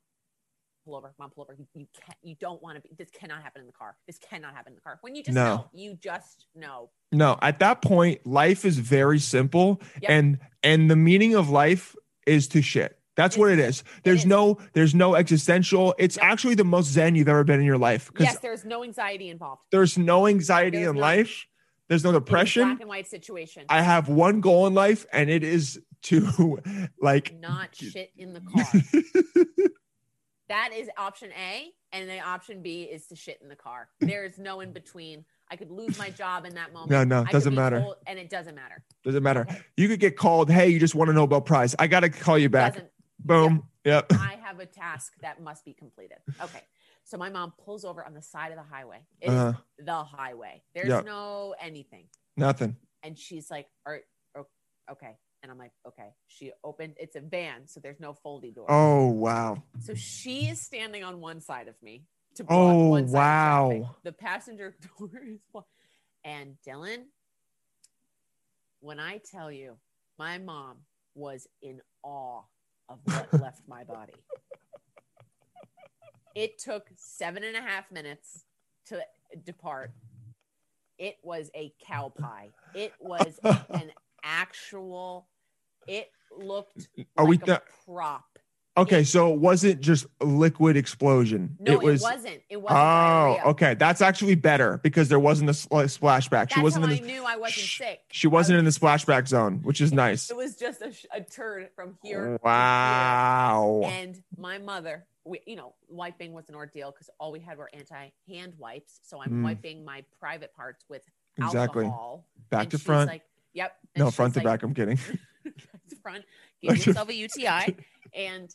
C: pull over, mom, pull over. You, you can't, you don't want to be, this cannot happen in the car. This cannot happen in the car. When you just
D: No.
C: know, you just know.
D: No, at that point, life is very simple,
C: Yep.
D: and and the meaning of life is to shit. That's what it is. There's
C: is.
D: no there's no existential. It's
C: Nope.
D: actually the most zen you've ever been in your life because
C: Yes, there's no anxiety involved.
D: there's no anxiety
C: There's
D: in
C: no-
D: life. There's no
C: It is
D: depression.
C: Black and white situation.
D: I have one goal in life, and it is to like
C: Not shit in the car. that is option A. And then option B is to shit in the car. There is no in between. I could lose my job in that moment.
D: no, no,
C: I could
D: doesn't
C: be
D: matter.
C: told- and it doesn't matter.
D: Doesn't matter. You could get called. Hey, you just won a Nobel Prize. I gotta call you back.
C: Doesn't
D: Boom. Yep.
C: I have a task that must be completed. Okay. So my mom pulls over on the side of the highway. It is
D: Uh,
C: the highway. There's
D: Yeah.
C: no anything.
D: nothing.
C: And she's like, All right, o- okay. And I'm like, okay. She opened, it's a van, so there's no foldy door.
D: Oh wow.
C: So she is standing on one side of me to block
D: Oh,
C: one side of traffic.
D: wow.
C: The passenger door is blocked. And Dylan, when I tell you, my mom was in awe of what left my body. It took seven and a half minutes to depart. It was a cow pie. It was an actual. It looked
D: Are we
C: like
D: done?
C: a prop.
D: Okay, so it wasn't just a liquid explosion.
C: No, it,
D: was.
C: was, not It wasn't.
D: oh,
C: diarrhea.
D: okay. That's actually better because there wasn't a spl- splashback.
C: That's
D: She wasn't.
C: how
D: In
C: I
D: the,
C: knew I wasn't
D: Shh.
C: sick.
D: she wasn't in the splashback zone, which is nice.
C: It was just a, sh- a turd from here. to here.
D: Wow.
C: And my mother, we, you know, wiping was an ordeal because all we had were anti-hand wipes. So I'm
D: Mm.
C: wiping my private parts with
D: Exactly.
C: alcohol.
D: Back
C: And
D: to
C: she's
D: front.
C: Like, yep. And
D: no,
C: she's
D: front to
C: like,
D: back. I'm kidding.
C: back to front. Gave yourself a UTI, and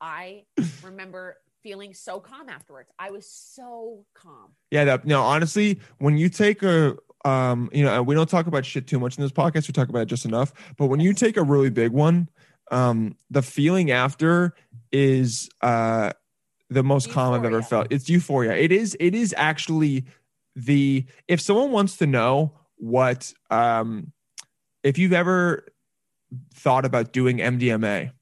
C: I remember feeling so calm afterwards. I was so calm.
D: Yeah, that, no, honestly, when you take a um, you know, we don't talk about shit too much in this podcast, we talk about it just enough. But when you take a really big one, um, the feeling after is uh the most calm I've ever
C: Euphoria.
D: felt. It's euphoria. It is, it is actually the if someone wants to know what um if you've ever thought about doing MDMA,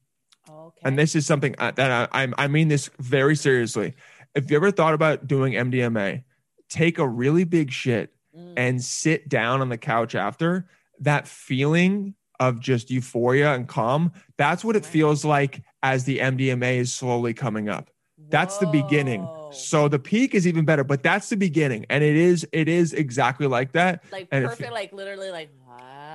C: Okay.
D: and this is something I, that I, I'm- I mean this very seriously. If you ever thought about doing MDMA, take a really big shit
C: Mm.
D: and sit down on the couch after that feeling of just euphoria and calm. That's what it
C: Right.
D: feels like as the MDMA is slowly coming up. That's the beginning.
C: Mm. Whoa.
D: So the peak is even better, but that's the beginning, and it is it is exactly like that.
C: like
D: and it
C: perfect, like literally, like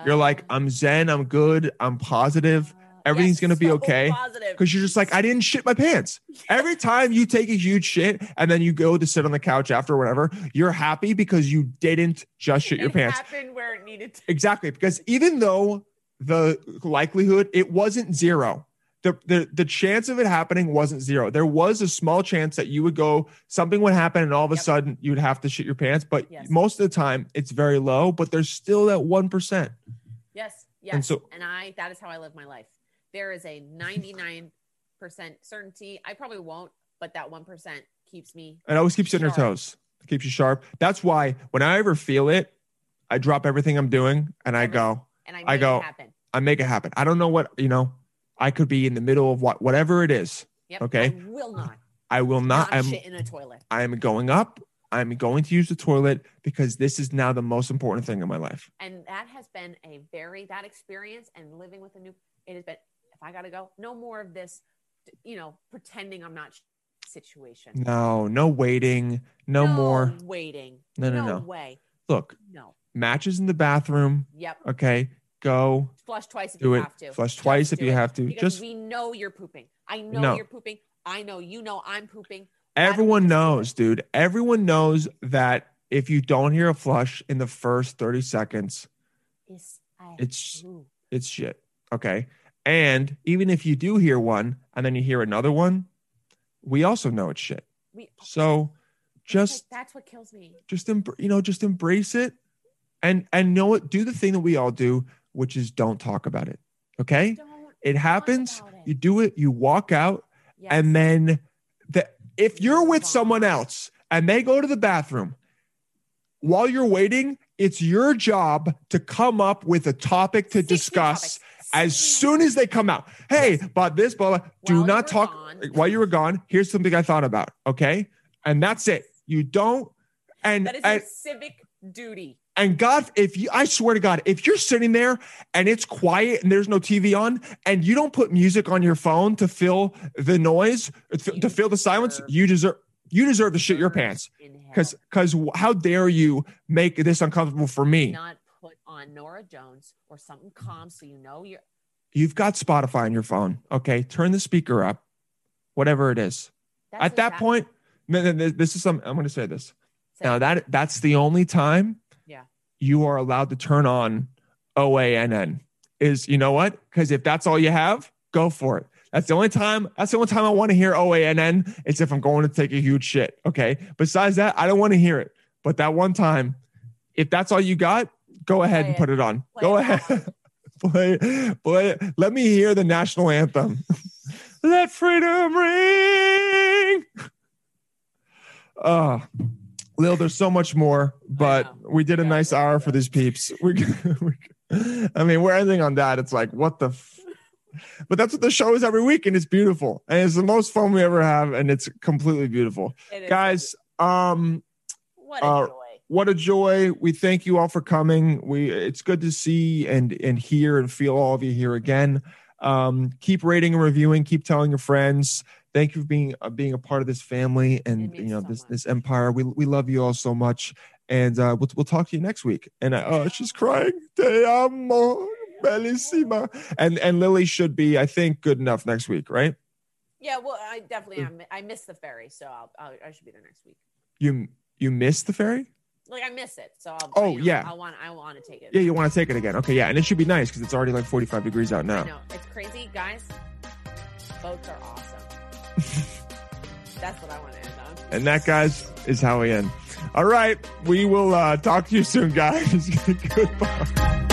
D: You're like,
C: wow.
D: I'm zen, I'm good, I'm positive.
C: Uh,
D: everything's
C: yes,
D: gonna be
C: so
D: okay,
C: positive.
D: because you're just like, I didn't shit my pants. Every time you take a huge shit and then you go to sit on the couch after or whatever, you're happy because you didn't just shit your
C: It
D: pants.
C: Happened where it needed to.
D: Exactly. Because even though the likelihood, it wasn't zero. The, the, the chance of it happening wasn't zero. There was a small chance that you would go, something would happen, and all of a
C: Yep.
D: sudden you'd have to shit your pants. But
C: Yes.
D: most of the time, it's very low, but there's still that 1%.
C: Yes, yes.
D: And
C: And,
D: so-
C: I that is how I live my life. There is a 99% certainty. I probably won't, but that 1% keeps me.
D: It always keeps you on your
C: Sharp.
D: toes, it keeps you sharp. That's why when I ever feel it, I drop everything I'm doing and I
C: Everything.
D: go,
C: And I,
D: I
C: make
D: go,
C: it happen.
D: I make it happen. I don't know what, you know, I could be in the middle of what, whatever it is.
C: Yep.
D: okay.
C: I will not.
D: I will not,
C: Not,
D: I'm,
C: shit in a toilet.
D: I'm going up. I'm going to use the toilet because this is now the most important thing in my life.
C: And that has been a very, that experience and living with a new, it has been, if I got to go, no more of this, you know, pretending I'm not situation.
D: No, no waiting. No, more.
C: waiting.
D: No, no, no.
C: way.
D: Look,
C: No.
D: matches in the bathroom.
C: Yep.
D: Okay. Go
C: Flush twice if
D: do
C: you
D: it.
C: have to.
D: Flush twice if
C: do
D: you
C: it.
D: have to.
C: because
D: Just
C: we know you're pooping. I know
D: No.
C: you're pooping. I know you know I'm pooping. don't we
D: everyone
C: just do it?
D: knows, dude. Everyone knows that if you don't hear a flush in the first 30 seconds,
C: Is
D: it's it's shit. Okay. And even if you do hear one and then you hear another one, we also know it's shit.
C: we
D: So just
C: that's what kills me.
D: just em- you know just embrace it and and know it do the thing that we all do which is don't talk about it okay
C: Don't
D: it happens
C: about it.
D: you do it you walk out
C: yes.
D: and then the, if you're
C: Move
D: with
C: on.
D: someone else and they go to the bathroom while you're waiting it's your job to come up with a topic to
C: 16
D: discuss
C: topics.
D: as soon as they come out hey about this blah blah do
C: While you
D: not
C: were
D: talk
C: gone.
D: while you were gone here's something i thought about okay and that's it you don't and
C: That is
D: and,
C: your civic duty.
D: and God, if you, I swear to God, if you're sitting there and it's quiet and there's no TV on and you don't put music on your phone to fill the noise, uh, to, to fill the silence, you deserve, you deserve to shit your pants.
C: In hell.
D: Cause, cause how dare you make this uncomfortable for me?
C: not put on Nora Jones or something calm so you know you're
D: You've got Spotify on your phone. Okay. Turn the speaker up, whatever it is.
C: That's
D: At that
C: exact-
D: point, no, no, no, this is some, I'm going to say this.
C: Say,
D: Now that that's the only time
C: Yeah.
D: you are allowed to turn on OANN is you know what? Because if that's all you have, go for it. That's the only time. That's the only time I want to hear OANN. It's if I'm going to take a huge shit. Okay. Besides that, I don't want to hear it. But that one time, if that's all you got, go ahead
C: Play
D: and
C: it.
D: put it on.
C: Play
D: go
C: it
D: ahead. play, play. it. Let me hear the national anthem. Let freedom ring. Oh, Lil, there's so much more, but
C: know.
D: we did a
C: Yeah,
D: nice
C: yeah,
D: hour
C: yeah.
D: for these peeps. We, we- I mean, we're ending on that. It's like, what the? F-? But that's what the show is every week, and it's beautiful, and it's the most fun we ever have, and it's completely beautiful,
C: it is-
D: guys. Um,
C: what a
D: uh,
C: joy.
D: what a joy! We thank you all for coming. We it's good to see and and hear and feel all of you here again. Um, keep rating and reviewing. Keep telling your friends. Thank you for being uh, being a part of this family and
C: means
D: you know
C: so
D: this
C: much.
D: this empire. We we love you all so much, and uh, we'll we'll talk to you next week. And I, oh, she's crying. Te amo, bellissima. And and Lily should be I think good enough next week, right?
C: Yeah, well, I definitely am. I miss the ferry, so I'll, I'll I should be there next week.
D: You you missed the ferry.
C: Like I miss it, so I'll.
D: Oh,
C: you know,
D: yeah.
C: I want I want to take it.
D: Yeah, you want to take it again? Okay, yeah, and it should be nice because it's already like forty five degrees out now.
C: I know it's crazy, guys. Boats are awesome. That's what I want to end on.
D: And that, guys, is how we end. All right. We will uh, talk to you soon, guys. Goodbye.